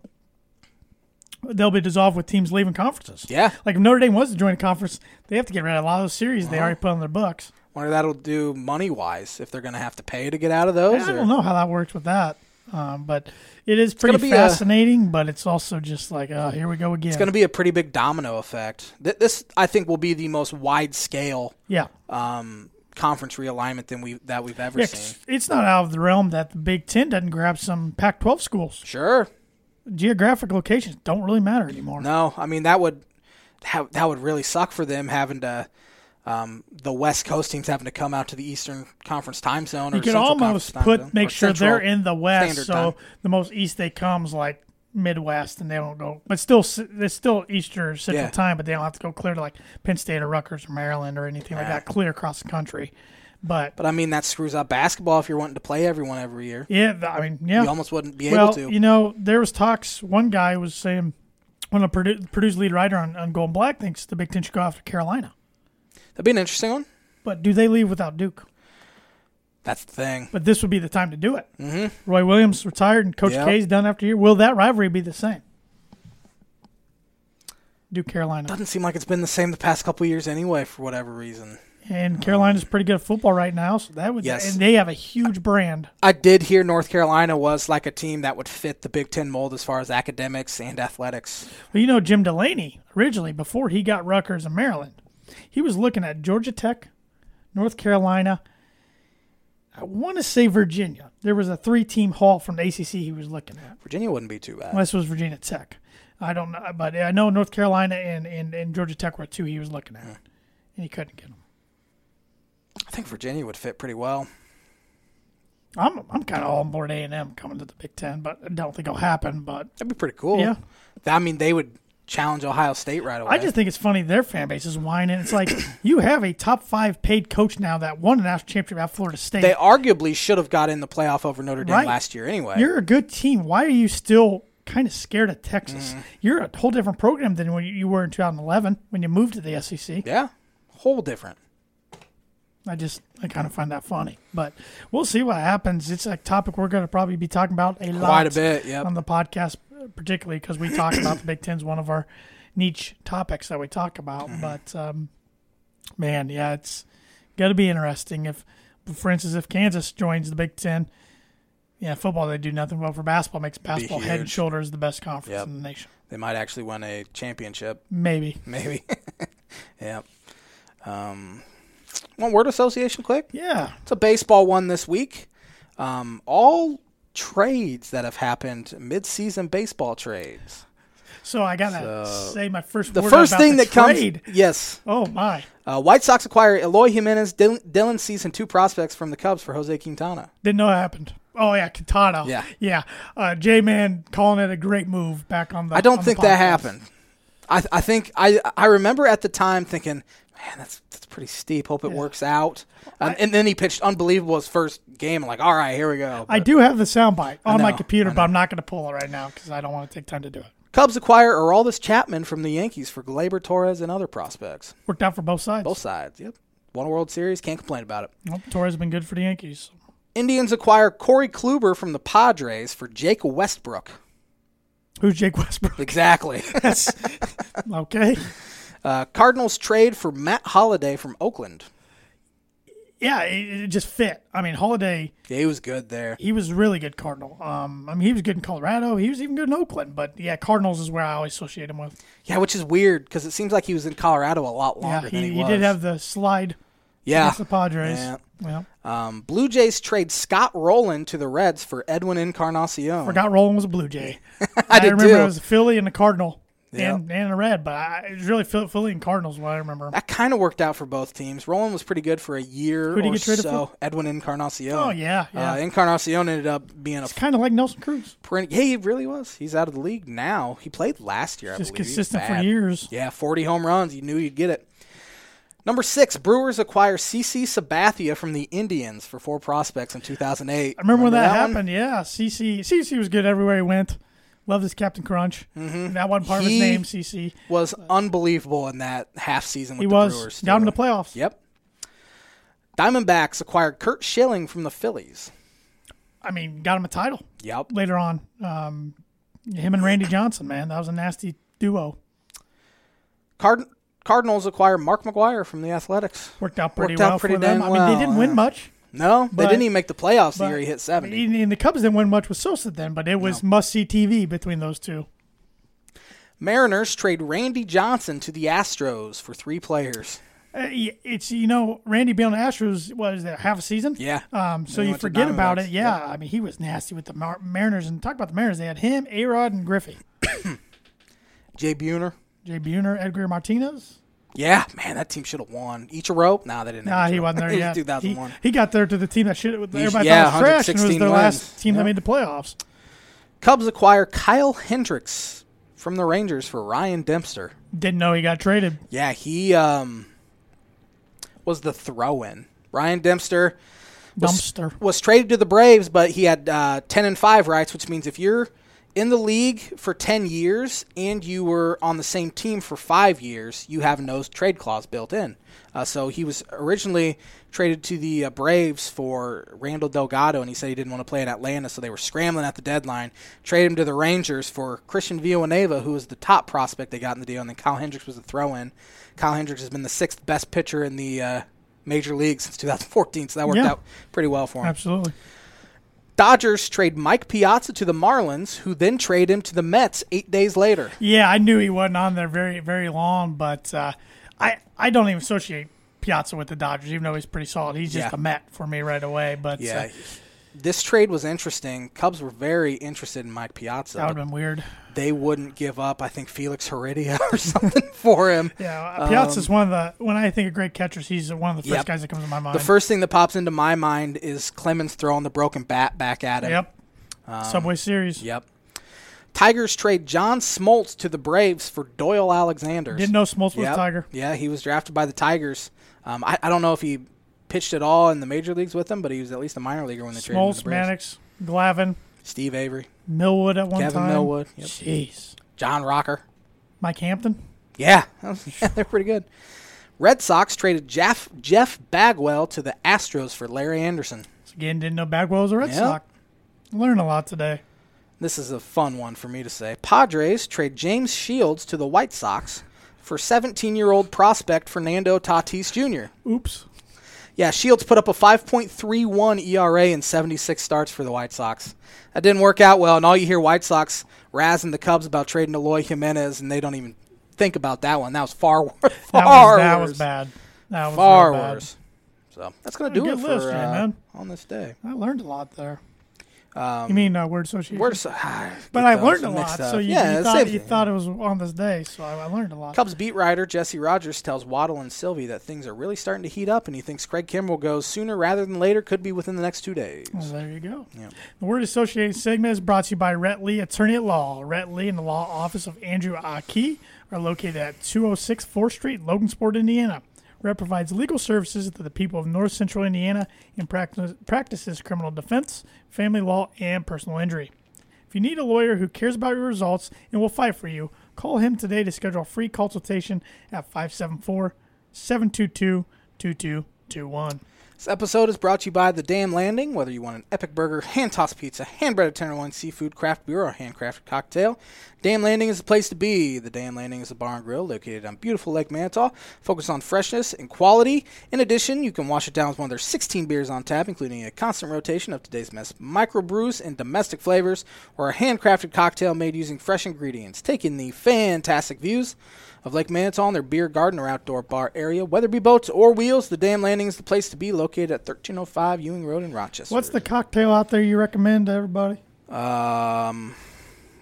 [SPEAKER 1] They'll be dissolved with teams leaving conferences.
[SPEAKER 2] Yeah.
[SPEAKER 1] Like if Notre Dame was to join a conference, they have to get rid of a lot of those series they already put on their books.
[SPEAKER 2] Wonder that'll do money wise if they're going to have to pay to get out of those.
[SPEAKER 1] I
[SPEAKER 2] or-
[SPEAKER 1] don't know how that works with that. Um, but it is pretty
[SPEAKER 2] gonna be a-
[SPEAKER 1] fascinating, but it's also just like, oh, here we go again.
[SPEAKER 2] It's going to be a pretty big domino effect. Th- this, I think, will be the most wide scale
[SPEAKER 1] yeah.
[SPEAKER 2] um, conference realignment than we that we've ever
[SPEAKER 1] Yeah, 'cause
[SPEAKER 2] seen.
[SPEAKER 1] It's not out of the realm that the Big Ten doesn't grab some Pac 12 schools.
[SPEAKER 2] Sure.
[SPEAKER 1] Geographic locations don't really matter anymore.
[SPEAKER 2] No, I mean that would that, that would really suck for them having to um, the West Coast teams having to come out to the Eastern Conference time zone. Or
[SPEAKER 1] you could
[SPEAKER 2] Central
[SPEAKER 1] almost
[SPEAKER 2] Conference time zone,
[SPEAKER 1] put
[SPEAKER 2] or
[SPEAKER 1] make sure
[SPEAKER 2] Central.
[SPEAKER 1] they're in the West,
[SPEAKER 2] Standard
[SPEAKER 1] so
[SPEAKER 2] Time.
[SPEAKER 1] the most east they comes like Midwest, and they don't go, but still s- it's still Eastern Central
[SPEAKER 2] Yeah.
[SPEAKER 1] Time, but they don't have to go clear to like Penn State or Rutgers or Maryland or anything like
[SPEAKER 2] Yeah.
[SPEAKER 1] that, clear across the country. But
[SPEAKER 2] But I mean that screws up basketball if you're wanting to play everyone every year.
[SPEAKER 1] yeah, th- I mean, yeah,
[SPEAKER 2] You almost wouldn't be
[SPEAKER 1] well,
[SPEAKER 2] able to.
[SPEAKER 1] you know, there was talks. One guy was saying, one of the Purdue, Purdue's lead writer on, on Golden Black thinks the Big Ten should go after Carolina,
[SPEAKER 2] That'd be an interesting one.
[SPEAKER 1] but do they leave without Duke?
[SPEAKER 2] That's the thing.
[SPEAKER 1] But this would be the time to do it. Mm-hmm. Roy Williams retired and Coach
[SPEAKER 2] Yep.
[SPEAKER 1] K's done after year. Will that rivalry be the same? Duke Carolina.
[SPEAKER 2] Doesn't seem like it's been the same the past couple years anyway, for whatever reason.
[SPEAKER 1] And Carolina's pretty good at football right now, so that would
[SPEAKER 2] Yes.
[SPEAKER 1] and they have a huge brand.
[SPEAKER 2] I did hear North Carolina was like a team that would fit the Big Ten mold as far as academics and athletics.
[SPEAKER 1] Well, you know Jim Delaney originally before he got Rutgers and Maryland, he was looking at Georgia Tech, North Carolina. I want to say Virginia. There was a three-team haul from the ACC he was looking at.
[SPEAKER 2] Virginia wouldn't be too bad.
[SPEAKER 1] Well, this was Virginia Tech. I don't know, but I know North Carolina and, and, and Georgia Tech were two he was looking at, and he couldn't get them.
[SPEAKER 2] I think Virginia would fit pretty well.
[SPEAKER 1] I'm I'm kind of on board A and M coming to the Big Ten, but I don't think it'll happen. But
[SPEAKER 2] That'd be pretty cool.
[SPEAKER 1] Yeah.
[SPEAKER 2] I mean, they would challenge Ohio State right away.
[SPEAKER 1] I just think it's funny their fan base is whining. It's like *coughs* you have a top five paid coach now that won a national championship at Florida State.
[SPEAKER 2] they arguably should have got in the playoff over Notre Dame
[SPEAKER 1] Right.
[SPEAKER 2] last year anyway.
[SPEAKER 1] You're a good team. Why are you still kind of scared of
[SPEAKER 2] Mm-hmm.
[SPEAKER 1] Texas? You're a whole different program than when you- you were in 2011 when you moved to the SEC.
[SPEAKER 2] yeah. Whole different.
[SPEAKER 1] I just I kind of find that funny, but we'll see what happens. It's a topic we're going to probably be talking about a lot,
[SPEAKER 2] Quite a bit, yep.
[SPEAKER 1] on the podcast, particularly because we talk about the Big Ten's one of our niche topics that we talk about.
[SPEAKER 2] Mm-hmm.
[SPEAKER 1] But um, man, yeah, it's going to be interesting. If, for instance, if Kansas joins the Big Ten, yeah, football they do nothing well for basketball makes basketball head and
[SPEAKER 2] huge.
[SPEAKER 1] shoulders the best conference
[SPEAKER 2] Yep.
[SPEAKER 1] in the nation.
[SPEAKER 2] They might actually win a championship, *laughs*
[SPEAKER 1] Maybe
[SPEAKER 2] maybe. yeah. Um, one word association quick.
[SPEAKER 1] yeah,
[SPEAKER 2] It's a baseball one this week. Um, all trades that have happened, mid-season baseball trades.
[SPEAKER 1] so I gotta say my first.
[SPEAKER 2] The
[SPEAKER 1] word
[SPEAKER 2] first
[SPEAKER 1] about
[SPEAKER 2] thing
[SPEAKER 1] the
[SPEAKER 2] that
[SPEAKER 1] trade.
[SPEAKER 2] comes, yes,
[SPEAKER 1] Oh my!
[SPEAKER 2] uh, White Sox acquire Eloy Jimenez, Dylan, Dylan Cease, and two prospects from the Cubs for Jose Quintana.
[SPEAKER 1] Didn't know it happened. Oh yeah, Katana.
[SPEAKER 2] Yeah.
[SPEAKER 1] yeah. Uh, J Man calling it a great move back on the.
[SPEAKER 2] I don't
[SPEAKER 1] on
[SPEAKER 2] think
[SPEAKER 1] the
[SPEAKER 2] that
[SPEAKER 1] podcast.
[SPEAKER 2] happened. I, I think I I remember at the time thinking, man, that's that's pretty steep. Hope it works out. And, and then he pitched unbelievable his first game. I'm like, all right, here we go.
[SPEAKER 1] I do have the soundbite on my
[SPEAKER 2] know,
[SPEAKER 1] computer, but I'm not going to pull it right now because I don't want to take time to do it.
[SPEAKER 2] Cubs acquire Aroldis Chapman from the Yankees for Gleyber Torres and other prospects.
[SPEAKER 1] Worked out for both sides.
[SPEAKER 2] Both sides. Yep. Won a World Series. Can't complain about it.
[SPEAKER 1] Nope, Torres has been good for the Yankees.
[SPEAKER 2] Indians acquire Corey Kluber from the Padres for Jake Westbrook.
[SPEAKER 1] Who's Jake
[SPEAKER 2] *laughs*
[SPEAKER 1] Westbrook?
[SPEAKER 2] Exactly.
[SPEAKER 1] That's okay.
[SPEAKER 2] uh, Cardinals trade for Matt Holliday from Oakland.
[SPEAKER 1] Yeah, it, it just fit. I mean, Holiday,
[SPEAKER 2] Yeah, he was good there.
[SPEAKER 1] he was really good Cardinal. Um, I mean, he was good in Colorado. He was even good in Oakland. But yeah, Cardinals is where I always associate him with.
[SPEAKER 2] Yeah, which is weird because it seems like he was in Colorado a lot
[SPEAKER 1] Yeah,
[SPEAKER 2] longer
[SPEAKER 1] he,
[SPEAKER 2] than he,
[SPEAKER 1] he
[SPEAKER 2] was.
[SPEAKER 1] did have the slide
[SPEAKER 2] yeah.
[SPEAKER 1] against the Padres.
[SPEAKER 2] Yeah.
[SPEAKER 1] yeah.
[SPEAKER 2] Um, Blue Jays trade Scott Rowland to the Reds for Edwin Encarnacion.
[SPEAKER 1] Forgot Roland was a Blue Jay.
[SPEAKER 2] *laughs* I did
[SPEAKER 1] remember
[SPEAKER 2] too.
[SPEAKER 1] it was a Philly and a Cardinal
[SPEAKER 2] Yeah.
[SPEAKER 1] and, and a Red, but I, it was really Phil- Philly and Cardinals what I remember.
[SPEAKER 2] That kind of worked out for both teams. Rowland was pretty good for a year
[SPEAKER 1] Who'd he
[SPEAKER 2] or
[SPEAKER 1] get traded
[SPEAKER 2] so. Edwin Encarnacion.
[SPEAKER 1] Oh, yeah, yeah.
[SPEAKER 2] Uh, Encarnacion ended up being a
[SPEAKER 1] It's kind of like Nelson Cruz.
[SPEAKER 2] print. Yeah, he really was. He's out of the league now. He played last year. I
[SPEAKER 1] Just
[SPEAKER 2] believe. He was
[SPEAKER 1] consistent for
[SPEAKER 2] bad.
[SPEAKER 1] years.
[SPEAKER 2] Yeah, 40 home runs. You knew you'd get it. Number six, Brewers acquire CC Sabathia from the Indians for four prospects in 2008.
[SPEAKER 1] I remember, when that,
[SPEAKER 2] one?
[SPEAKER 1] happened. Yeah, CC CC was good everywhere he went. Loved his Captain Crunch. Mm-hmm. That one part of his
[SPEAKER 2] He-
[SPEAKER 1] name, CC.
[SPEAKER 2] Was unbelievable in that half season with
[SPEAKER 1] He
[SPEAKER 2] the
[SPEAKER 1] was
[SPEAKER 2] Brewers.
[SPEAKER 1] down in
[SPEAKER 2] too.
[SPEAKER 1] the playoffs.
[SPEAKER 2] Yep. Diamondbacks acquired Kurt Schilling from the Phillies.
[SPEAKER 1] I mean, got him a title
[SPEAKER 2] Yep.
[SPEAKER 1] later on. Um, him and Randy Johnson, man, that was a nasty duo.
[SPEAKER 2] Card- Cardinals acquire Mark McGuire from the Athletics.
[SPEAKER 1] Worked out pretty
[SPEAKER 2] Worked out
[SPEAKER 1] well
[SPEAKER 2] pretty
[SPEAKER 1] for them.
[SPEAKER 2] dang
[SPEAKER 1] I mean,
[SPEAKER 2] well,
[SPEAKER 1] they didn't win
[SPEAKER 2] yeah.
[SPEAKER 1] much.
[SPEAKER 2] No, they
[SPEAKER 1] But-
[SPEAKER 2] didn't even make the playoffs the
[SPEAKER 1] but-
[SPEAKER 2] year he hit 70.
[SPEAKER 1] And the Cubs didn't win much with Sosa then, but it was must see TV between those two.
[SPEAKER 2] Mariners trade Randy Johnson to the Astros for three players.
[SPEAKER 1] Uh, y- It's you know Randy being on the Astros was that half a season.
[SPEAKER 2] Yeah.
[SPEAKER 1] Um, so
[SPEAKER 2] Then he
[SPEAKER 1] you
[SPEAKER 2] went to
[SPEAKER 1] forget about
[SPEAKER 2] Diamondbacks.
[SPEAKER 1] it. Yeah, I mean he was nasty with the Mar- Mariners and talk about the Mariners. They had him, A Rod, and Griffey,
[SPEAKER 2] Jay Buhner.
[SPEAKER 1] Jay Buhner, Edgar Martinez.
[SPEAKER 2] Yeah, man, that team should have won. Ichiro? Nah, they didn't.
[SPEAKER 1] Nah,
[SPEAKER 2] have Ichiro.
[SPEAKER 1] he
[SPEAKER 2] *laughs*
[SPEAKER 1] wasn't there
[SPEAKER 2] It was
[SPEAKER 1] yet.
[SPEAKER 2] 2001.
[SPEAKER 1] He, he got there to the team that shit everybody
[SPEAKER 2] yeah,
[SPEAKER 1] thought was trash and it was
[SPEAKER 2] 116
[SPEAKER 1] their last
[SPEAKER 2] wins.
[SPEAKER 1] team
[SPEAKER 2] Yeah.
[SPEAKER 1] that made the playoffs.
[SPEAKER 2] Cubs acquire Kyle Hendricks from the Rangers for Ryan Dempster.
[SPEAKER 1] Didn't know he got traded.
[SPEAKER 2] Yeah, he um, was the throw-in. Ryan Dempster was,
[SPEAKER 1] Dumpster.
[SPEAKER 2] was traded to the Braves, but he had uh, ten and five rights, which means if you're in the league for ten years and you were on the same team for five years, you have no trade clause built in. Uh, so he was originally traded to the uh, Braves for Randall Delgado, and he said he didn't want to play in Atlanta, so they were scrambling at the deadline. Trade him to the Rangers for Christian Villanueva, who was the top prospect they got in the deal, and then Kyle Hendricks was the throw-in. Kyle Hendricks has been the sixth best pitcher in the uh, major league since 2014, so that worked
[SPEAKER 1] Yeah.
[SPEAKER 2] out pretty well for him.
[SPEAKER 1] Absolutely.
[SPEAKER 2] Dodgers trade Mike Piazza to the Marlins, who then trade him to the Mets eight days later.
[SPEAKER 1] Yeah, I knew he wasn't on there very very long, but uh, I I don't even associate Piazza with the Dodgers, even though he's pretty solid. He's just
[SPEAKER 2] Yeah.
[SPEAKER 1] a Met for me right away. But uh,
[SPEAKER 2] This trade was interesting. Cubs were very interested in Mike Piazza.
[SPEAKER 1] that would have
[SPEAKER 2] but
[SPEAKER 1] been weird.
[SPEAKER 2] They wouldn't give up, I think, Felix Heredia *laughs* or something for him.
[SPEAKER 1] Yeah, Piazza's one of the when I think of great catchers, he's one of the first
[SPEAKER 2] Um, Yep.
[SPEAKER 1] guys that comes to my mind.
[SPEAKER 2] The first thing that pops into my mind is Clemens throwing the broken bat back at him.
[SPEAKER 1] yep,
[SPEAKER 2] Um,
[SPEAKER 1] Subway Series.
[SPEAKER 2] Yep. Tigers trade John Smoltz to the Braves for Doyle Alexander.
[SPEAKER 1] Didn't know Smoltz was
[SPEAKER 2] Yep.
[SPEAKER 1] a Tiger.
[SPEAKER 2] Yeah, he was drafted by the Tigers. Um, I, I don't know if he pitched at all in the major leagues with them, but he was at least a minor leaguer when they traded him to the
[SPEAKER 1] Smoltz,
[SPEAKER 2] Braves.
[SPEAKER 1] Mannix, Glavin,
[SPEAKER 2] Steve Avery,
[SPEAKER 1] Millwood at one
[SPEAKER 2] Kevin
[SPEAKER 1] time.
[SPEAKER 2] Millwood, yep.
[SPEAKER 1] Jeez,
[SPEAKER 2] John Rocker.
[SPEAKER 1] Mike Hampton.
[SPEAKER 2] Yeah, *laughs* that was- yeah, they're pretty good. Red Sox traded Jeff Jeff Bagwell to the Astros for Larry Anderson.
[SPEAKER 1] Again, didn't know Bagwell was a Red
[SPEAKER 2] Yep.
[SPEAKER 1] Sox. Learn a lot today.
[SPEAKER 2] This is a fun one for me to say. Padres trade James Shields to the White Sox for 17-year-old prospect Fernando Tatis Jr.
[SPEAKER 1] Oops.
[SPEAKER 2] Yeah, Shields put up a 5.31 ERA E in 76 starts for the White Sox. That didn't work out well, and all you hear White Sox razzing the Cubs about trading Eloy Jimenez, and they don't even think about that one. That was far, *laughs* wor-
[SPEAKER 1] That
[SPEAKER 2] far
[SPEAKER 1] was, that
[SPEAKER 2] worse.
[SPEAKER 1] was bad. That was
[SPEAKER 2] Far
[SPEAKER 1] real bad.
[SPEAKER 2] worse. So that's going to do
[SPEAKER 1] Good
[SPEAKER 2] it for
[SPEAKER 1] list,
[SPEAKER 2] uh,
[SPEAKER 1] J-Man.
[SPEAKER 2] on this day.
[SPEAKER 1] I learned a lot there.
[SPEAKER 2] Um,
[SPEAKER 1] You mean uh, word association?
[SPEAKER 2] Word so- I
[SPEAKER 1] but
[SPEAKER 2] ah, get
[SPEAKER 1] I
[SPEAKER 2] those
[SPEAKER 1] learned a lot,
[SPEAKER 2] mixed up.
[SPEAKER 1] so you,
[SPEAKER 2] yeah,
[SPEAKER 1] you,
[SPEAKER 2] it's
[SPEAKER 1] thought,
[SPEAKER 2] safe.
[SPEAKER 1] you thought it was on this day, so I, I learned a lot.
[SPEAKER 2] Cubs beat writer Jesse Rogers tells Waddle and Sylvie that things are really starting to heat up, and he thinks Craig Kimbrell goes sooner rather than later, could be within the next two days.
[SPEAKER 1] Well, there you go.
[SPEAKER 2] Yeah.
[SPEAKER 1] The Word Associated segment is brought to you by Rhett Lee, attorney at law. Rhett Lee and the law office of Andrew Aki are located at 206 4th Street, Logansport, Indiana. Rhett provides legal services to the people of north central Indiana and practice, practices criminal defense, family law, and personal injury. If you need a lawyer who cares about your results and will fight for you, call him today to schedule a free consultation at 574 722 2221.
[SPEAKER 2] This episode is brought to you by The Dam Landing. Whether you want an epic burger, hand tossed pizza, hand breaded tenderloin, seafood, craft beer, or handcrafted cocktail, Dam Landing is the place to be. The Dam Landing is a bar and grill located on beautiful Lake Manitow, focused on freshness and quality. In addition, you can wash it down with one of their 16 beers on tap, including a constant rotation of today's mess microbrews and domestic flavors, or a handcrafted cocktail made using fresh ingredients. Take in the fantastic views of Lake Manitou and their beer garden or outdoor bar area. Whether it be boats or wheels, the Dam Landing is the place to be, located at 1305 Ewing Road in Rochester.
[SPEAKER 1] What's the cocktail out there you recommend to everybody?
[SPEAKER 2] um?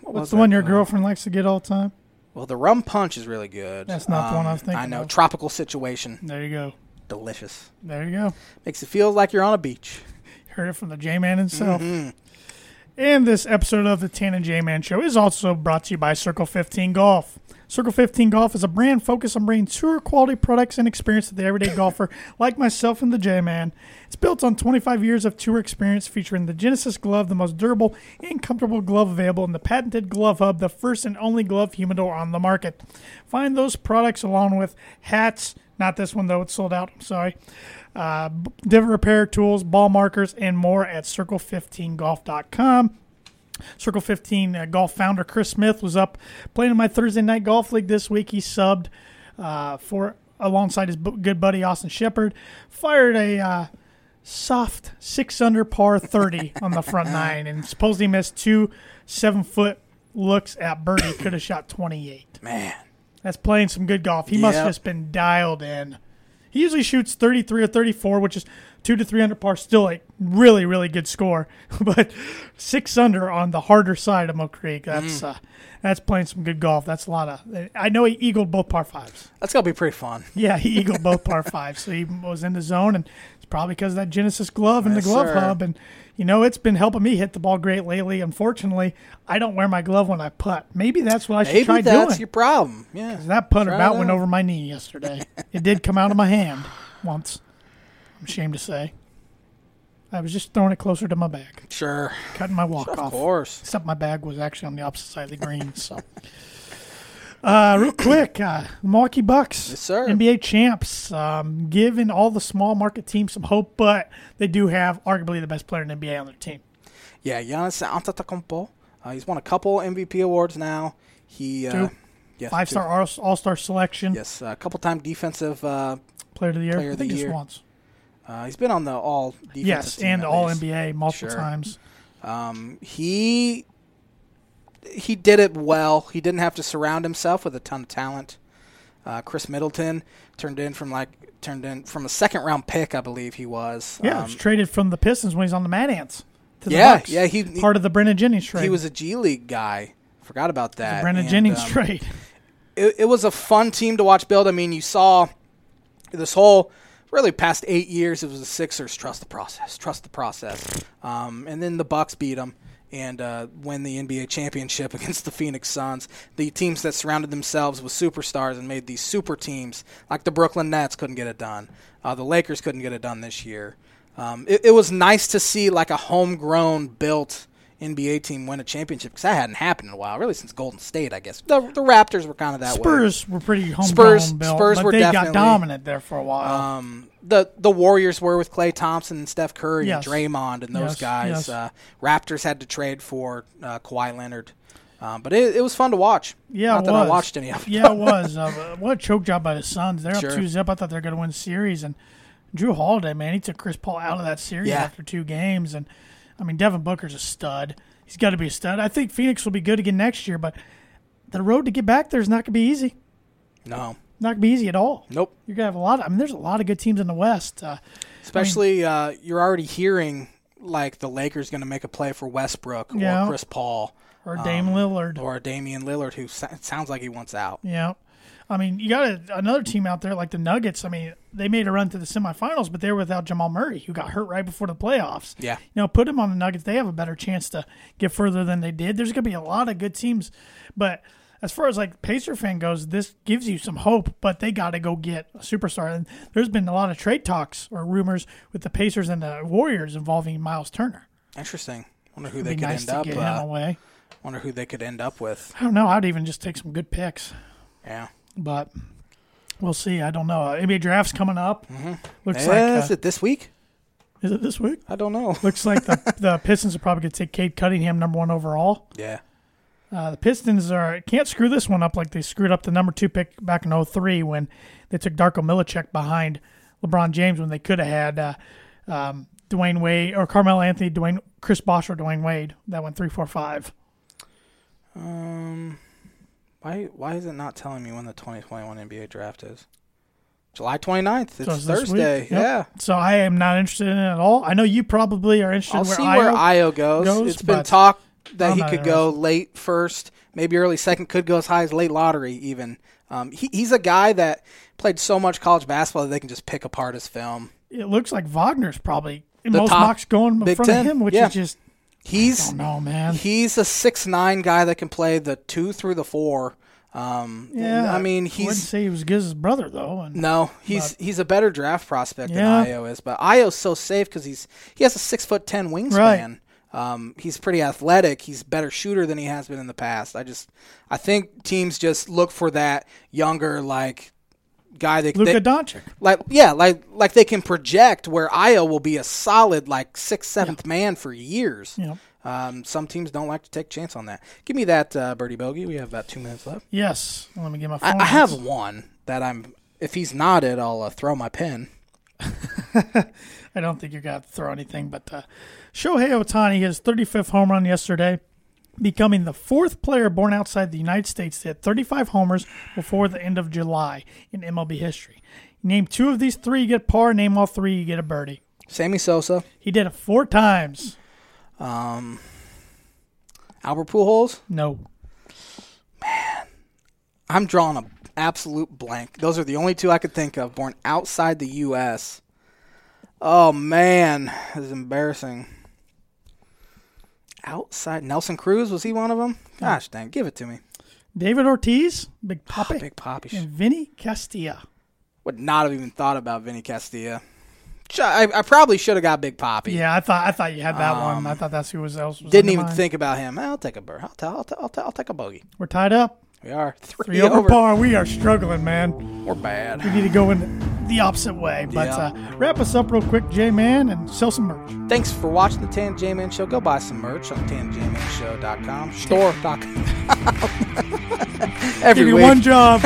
[SPEAKER 2] what was
[SPEAKER 1] What's the one
[SPEAKER 2] that?
[SPEAKER 1] your girlfriend likes to get all the time?
[SPEAKER 2] Well, the rum punch is really good. Um,
[SPEAKER 1] That's not the one I was
[SPEAKER 2] I
[SPEAKER 1] thinking
[SPEAKER 2] know
[SPEAKER 1] of.
[SPEAKER 2] tropical situation,
[SPEAKER 1] There you go.
[SPEAKER 2] delicious.
[SPEAKER 1] There you go.
[SPEAKER 2] Makes it feel like you're on a beach.
[SPEAKER 1] Heard it from the J Man himself. And this episode of the Tan and J Man Show is also brought to you by Circle 15 Golf. Circle 15 Golf is a brand focused on bringing tour quality products and experience to the everyday golfer like myself and the J Man. It's built on 25 years of tour experience featuring the Genesis glove, the most durable and comfortable glove available, and the patented Glove Hub, the first and only glove humidor on the market. Find those products along with hats, not this one though, it's sold out, I'm sorry uh, b- divot repair tools, ball markers, and more at circle15golf.com. Circle 15 uh, golf founder Chris Smith was up playing in my Thursday night golf league this week. He subbed uh, for alongside his bu- good buddy Austin Shepard. Fired a uh, soft six under par 30 on the front nine and supposedly missed two seven foot looks at birdie. Could have shot 28.
[SPEAKER 2] Man.
[SPEAKER 1] That's playing some good golf. He must
[SPEAKER 2] Yep.
[SPEAKER 1] have just been dialed in. He usually shoots 33 or 34, which is two to 300 par, still a really, really good score. *laughs* but six under on the harder side of Mo Creek.
[SPEAKER 2] Mm.
[SPEAKER 1] That's, uh, that's playing some good golf. That's a lot of. I know he eagled both par fives.
[SPEAKER 2] That's got to be pretty fun.
[SPEAKER 1] Yeah, he eagled both
[SPEAKER 2] *laughs*
[SPEAKER 1] par fives, so he was in the zone, and it's probably because of that Genesis glove and
[SPEAKER 2] Yes,
[SPEAKER 1] the glove
[SPEAKER 2] sir.
[SPEAKER 1] hub, and you know it's been helping me hit the ball great lately. Unfortunately, I don't wear my glove when I putt. Maybe that's what I should
[SPEAKER 2] Maybe
[SPEAKER 1] try
[SPEAKER 2] that's
[SPEAKER 1] doing.
[SPEAKER 2] your problem. Yeah.
[SPEAKER 1] that putter
[SPEAKER 2] Try
[SPEAKER 1] about
[SPEAKER 2] it
[SPEAKER 1] went
[SPEAKER 2] out.
[SPEAKER 1] over my knee yesterday. it did come out of my hand once. I'm ashamed to say. I was just throwing it closer to my bag,
[SPEAKER 2] Sure.
[SPEAKER 1] cutting my walk
[SPEAKER 2] Of
[SPEAKER 1] off.
[SPEAKER 2] course.
[SPEAKER 1] Except my bag was actually on the opposite side of the green. So, uh, real quick, uh, Milwaukee Bucks,
[SPEAKER 2] Yes, sir.
[SPEAKER 1] NBA champs, um, giving all the small market teams some hope, but they do have arguably the best player in the NBA on their team.
[SPEAKER 2] Yeah, Giannis Antetokounmpo. Uh, he's won a couple MVP awards now. He uh,
[SPEAKER 1] Two.
[SPEAKER 2] yes,
[SPEAKER 1] Five
[SPEAKER 2] two.
[SPEAKER 1] star All Star selection,
[SPEAKER 2] Yes, uh, a couple time defensive. Uh,
[SPEAKER 1] player of the year.
[SPEAKER 2] Player
[SPEAKER 1] I
[SPEAKER 2] of the
[SPEAKER 1] think just
[SPEAKER 2] year.
[SPEAKER 1] once.
[SPEAKER 2] uh, he's been on the All defensive
[SPEAKER 1] Yes,
[SPEAKER 2] team
[SPEAKER 1] and
[SPEAKER 2] at
[SPEAKER 1] All
[SPEAKER 2] least.
[SPEAKER 1] NBA multiple
[SPEAKER 2] Sure.
[SPEAKER 1] times.
[SPEAKER 2] Um, he he did it well. He didn't have to surround himself with a ton of talent. Uh, Chris Middleton turned in from like turned in from a second round pick, I believe he was.
[SPEAKER 1] Yeah,
[SPEAKER 2] Um,
[SPEAKER 1] was traded from the Pistons when he's on the Mad Ants. To the
[SPEAKER 2] Yeah,
[SPEAKER 1] Bucks.
[SPEAKER 2] yeah, he- he-
[SPEAKER 1] part of the Brennan Jennings trade.
[SPEAKER 2] he was a G League guy. Forgot about that.
[SPEAKER 1] Brennan
[SPEAKER 2] And,
[SPEAKER 1] Jennings
[SPEAKER 2] um, *laughs*
[SPEAKER 1] trade.
[SPEAKER 2] it, it was a fun team to watch build. I mean, you saw this whole really past eight years. It was the Sixers trust the process, trust the process, um, and then the Bucks beat them and uh, win the NBA championship *laughs* against the Phoenix Suns. The teams that surrounded themselves with superstars and made these super teams, like the Brooklyn Nets, couldn't get it done. Uh, the Lakers couldn't get it done this year. Um, it, it was nice to see like a homegrown built. NBA team win a championship because that hadn't happened in a while, really since Golden State, I guess. The, the Raptors were kind of that way.
[SPEAKER 1] Spurs were pretty homegrown.
[SPEAKER 2] Spurs-
[SPEAKER 1] built,
[SPEAKER 2] Spurs
[SPEAKER 1] but
[SPEAKER 2] were
[SPEAKER 1] they got
[SPEAKER 2] definitely-
[SPEAKER 1] dominant there for a while.
[SPEAKER 2] um, the the Warriors were with Clay Thompson and Steph Curry
[SPEAKER 1] Yes.
[SPEAKER 2] and Draymond and those
[SPEAKER 1] Yes,
[SPEAKER 2] guys.
[SPEAKER 1] yes.
[SPEAKER 2] Uh, Raptors had to trade for uh, Kawhi Leonard, um, but it, it was fun to watch.
[SPEAKER 1] yeah,
[SPEAKER 2] not
[SPEAKER 1] it
[SPEAKER 2] that
[SPEAKER 1] was.
[SPEAKER 2] I watched
[SPEAKER 1] *laughs*
[SPEAKER 2] any of it.
[SPEAKER 1] yeah, it was. Uh, but what a choke job by the Suns. They're
[SPEAKER 2] Sure.
[SPEAKER 1] up two zip. I thought they were going to win the series, and Drew Holiday, man, he took Chris Paul out of that series
[SPEAKER 2] Yeah.
[SPEAKER 1] after two games. And I mean, Devin Booker's a stud. He's got to be a stud. I think Phoenix will be good again next year, but the road to get back there is not going to be easy.
[SPEAKER 2] *laughs* No,
[SPEAKER 1] Not going to be easy at all.
[SPEAKER 2] nope.
[SPEAKER 1] You're going to have a lot. Of, I mean, there's a lot of good teams in the West. Uh,
[SPEAKER 2] Especially uh, you're already hearing like the Lakers going to make a play for Westbrook
[SPEAKER 1] Yeah.
[SPEAKER 2] or Chris Paul
[SPEAKER 1] or Dame Lillard.
[SPEAKER 2] or Damian Lillard, who sa- sounds like he wants out.
[SPEAKER 1] Yeah. I mean, you got a, another team out there like the Nuggets. I mean, they made a run to the semifinals, but they were without Jamal Murray, who got hurt right before the playoffs.
[SPEAKER 2] Yeah.
[SPEAKER 1] You know, put him on the Nuggets. They have a better chance to get further than they did. There's going to be a lot of good teams. But as far as like Pacer fan goes, this gives you some hope, but they got to go get a superstar. And there's been a lot of trade talks or rumors with the Pacers and the Warriors involving Miles Turner.
[SPEAKER 2] Interesting. Wonder who
[SPEAKER 1] It'd
[SPEAKER 2] they
[SPEAKER 1] be
[SPEAKER 2] could
[SPEAKER 1] nice
[SPEAKER 2] end
[SPEAKER 1] to
[SPEAKER 2] up.
[SPEAKER 1] get him
[SPEAKER 2] Uh,
[SPEAKER 1] away.
[SPEAKER 2] wonder who they could end up with.
[SPEAKER 1] I don't know. I'd even just take some good picks.
[SPEAKER 2] Yeah.
[SPEAKER 1] but we'll see. I don't know. Uh, NBA draft's coming up. Looks
[SPEAKER 2] Yeah, is
[SPEAKER 1] like uh,
[SPEAKER 2] it this week?
[SPEAKER 1] is it this week?
[SPEAKER 2] I don't know.
[SPEAKER 1] Looks like the the Pistons are probably going to take Cade Cunningham number one overall.
[SPEAKER 2] Yeah.
[SPEAKER 1] Uh, the Pistons are can't screw this one up like they screwed up the number two pick back in 03 when they took Darko Milicic behind LeBron James when they could have had uh, um, Dwayne Wade or Carmelo Anthony, Dwayne Chris Bosh or Dwayne Wade. That went three, four, five.
[SPEAKER 2] Um, why why is it not telling me when the 2021 NBA draft is? July 29th. It's
[SPEAKER 1] So it's this week.
[SPEAKER 2] Thursday.
[SPEAKER 1] Yep.
[SPEAKER 2] Yeah.
[SPEAKER 1] So I am not interested in it at all. I know you probably are interested.
[SPEAKER 2] I'll
[SPEAKER 1] in where
[SPEAKER 2] see
[SPEAKER 1] Io-
[SPEAKER 2] where Io goes.
[SPEAKER 1] goes,
[SPEAKER 2] It's been
[SPEAKER 1] but
[SPEAKER 2] talk that
[SPEAKER 1] I'm
[SPEAKER 2] he
[SPEAKER 1] not
[SPEAKER 2] could go late first, maybe early second, could go as high as late lottery even. Um, he, he's a guy that played so much college basketball that they can just pick apart his film.
[SPEAKER 1] it looks like Wagner's probably in
[SPEAKER 2] The
[SPEAKER 1] most
[SPEAKER 2] top
[SPEAKER 1] mocks going in
[SPEAKER 2] Big
[SPEAKER 1] front
[SPEAKER 2] Ten,
[SPEAKER 1] of him, which
[SPEAKER 2] yeah.
[SPEAKER 1] is just I
[SPEAKER 2] He's
[SPEAKER 1] don't know, man.
[SPEAKER 2] he's a six nine guy that can play the two through the four. Um,
[SPEAKER 1] yeah,
[SPEAKER 2] I mean
[SPEAKER 1] wouldn't
[SPEAKER 2] he's
[SPEAKER 1] say he was good as his brother though, and
[SPEAKER 2] No, he's he's a better draft prospect
[SPEAKER 1] Yeah.
[SPEAKER 2] than Io is, but Io's so safe because he's he has a six foot ten wingspan. Um, he's pretty athletic. He's a better shooter than he has been in the past. I just I think teams just look for that younger like guy that,
[SPEAKER 1] Luka
[SPEAKER 2] that
[SPEAKER 1] Doncic.
[SPEAKER 2] like yeah like like they can project where Io will be a solid like sixth seventh man for years.
[SPEAKER 1] Yeah.
[SPEAKER 2] Um, some teams don't like to take chance on that. Give me that uh, birdie bogey. We have about two minutes left.
[SPEAKER 1] Yes, let me get my phone.
[SPEAKER 2] I, I have
[SPEAKER 1] notes.
[SPEAKER 2] one that I'm. If he's nodded, I'll uh, throw my pen.
[SPEAKER 1] I don't think you're going to throw anything, but uh, Shohei Otani, his 35th home run yesterday, becoming the fourth player born outside the United States to hit 35 homers before the end of July in MLB history. Name two of these three, you get par. Name all three, you get a birdie.
[SPEAKER 2] Sammy Sosa,
[SPEAKER 1] He did it four times.
[SPEAKER 2] um, Albert Pujols.
[SPEAKER 1] No.
[SPEAKER 2] I'm drawing a absolute blank. Those are the only two I could think of born outside the U.S. Oh man, this is embarrassing. Outside Nelson Cruz was he one of them? Gosh dang, give it to me.
[SPEAKER 1] David Ortiz, Big Poppy,
[SPEAKER 2] Big Poppy.
[SPEAKER 1] and Vinny Castilla.
[SPEAKER 2] Would not have even thought about Vinny Castilla. Ch- I, I probably should have got Big Poppy.
[SPEAKER 1] Yeah, I thought I thought you had that one. I thought that's who was else. Was
[SPEAKER 2] Um, Didn't
[SPEAKER 1] on your
[SPEAKER 2] even
[SPEAKER 1] mind.
[SPEAKER 2] think about him. I'll take a bird. I'll, t- I'll, t- I'll, t- I'll take a bogey.
[SPEAKER 1] We're tied up.
[SPEAKER 2] We are three,
[SPEAKER 1] Three over par. We are struggling, man.
[SPEAKER 2] We're bad.
[SPEAKER 1] We need to go in the opposite way. But
[SPEAKER 2] Yeah.
[SPEAKER 1] uh, wrap us up real quick, J Man, and sell some merch.
[SPEAKER 2] Thanks for watching the Tan J Man Show. Go buy some merch on tanjmanshow.com, store.com. *laughs* Every Uh,
[SPEAKER 1] Give you
[SPEAKER 2] week.
[SPEAKER 1] one job.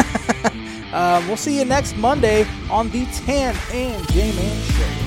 [SPEAKER 2] Um, we'll see you next Monday on the Tan and J Man Show.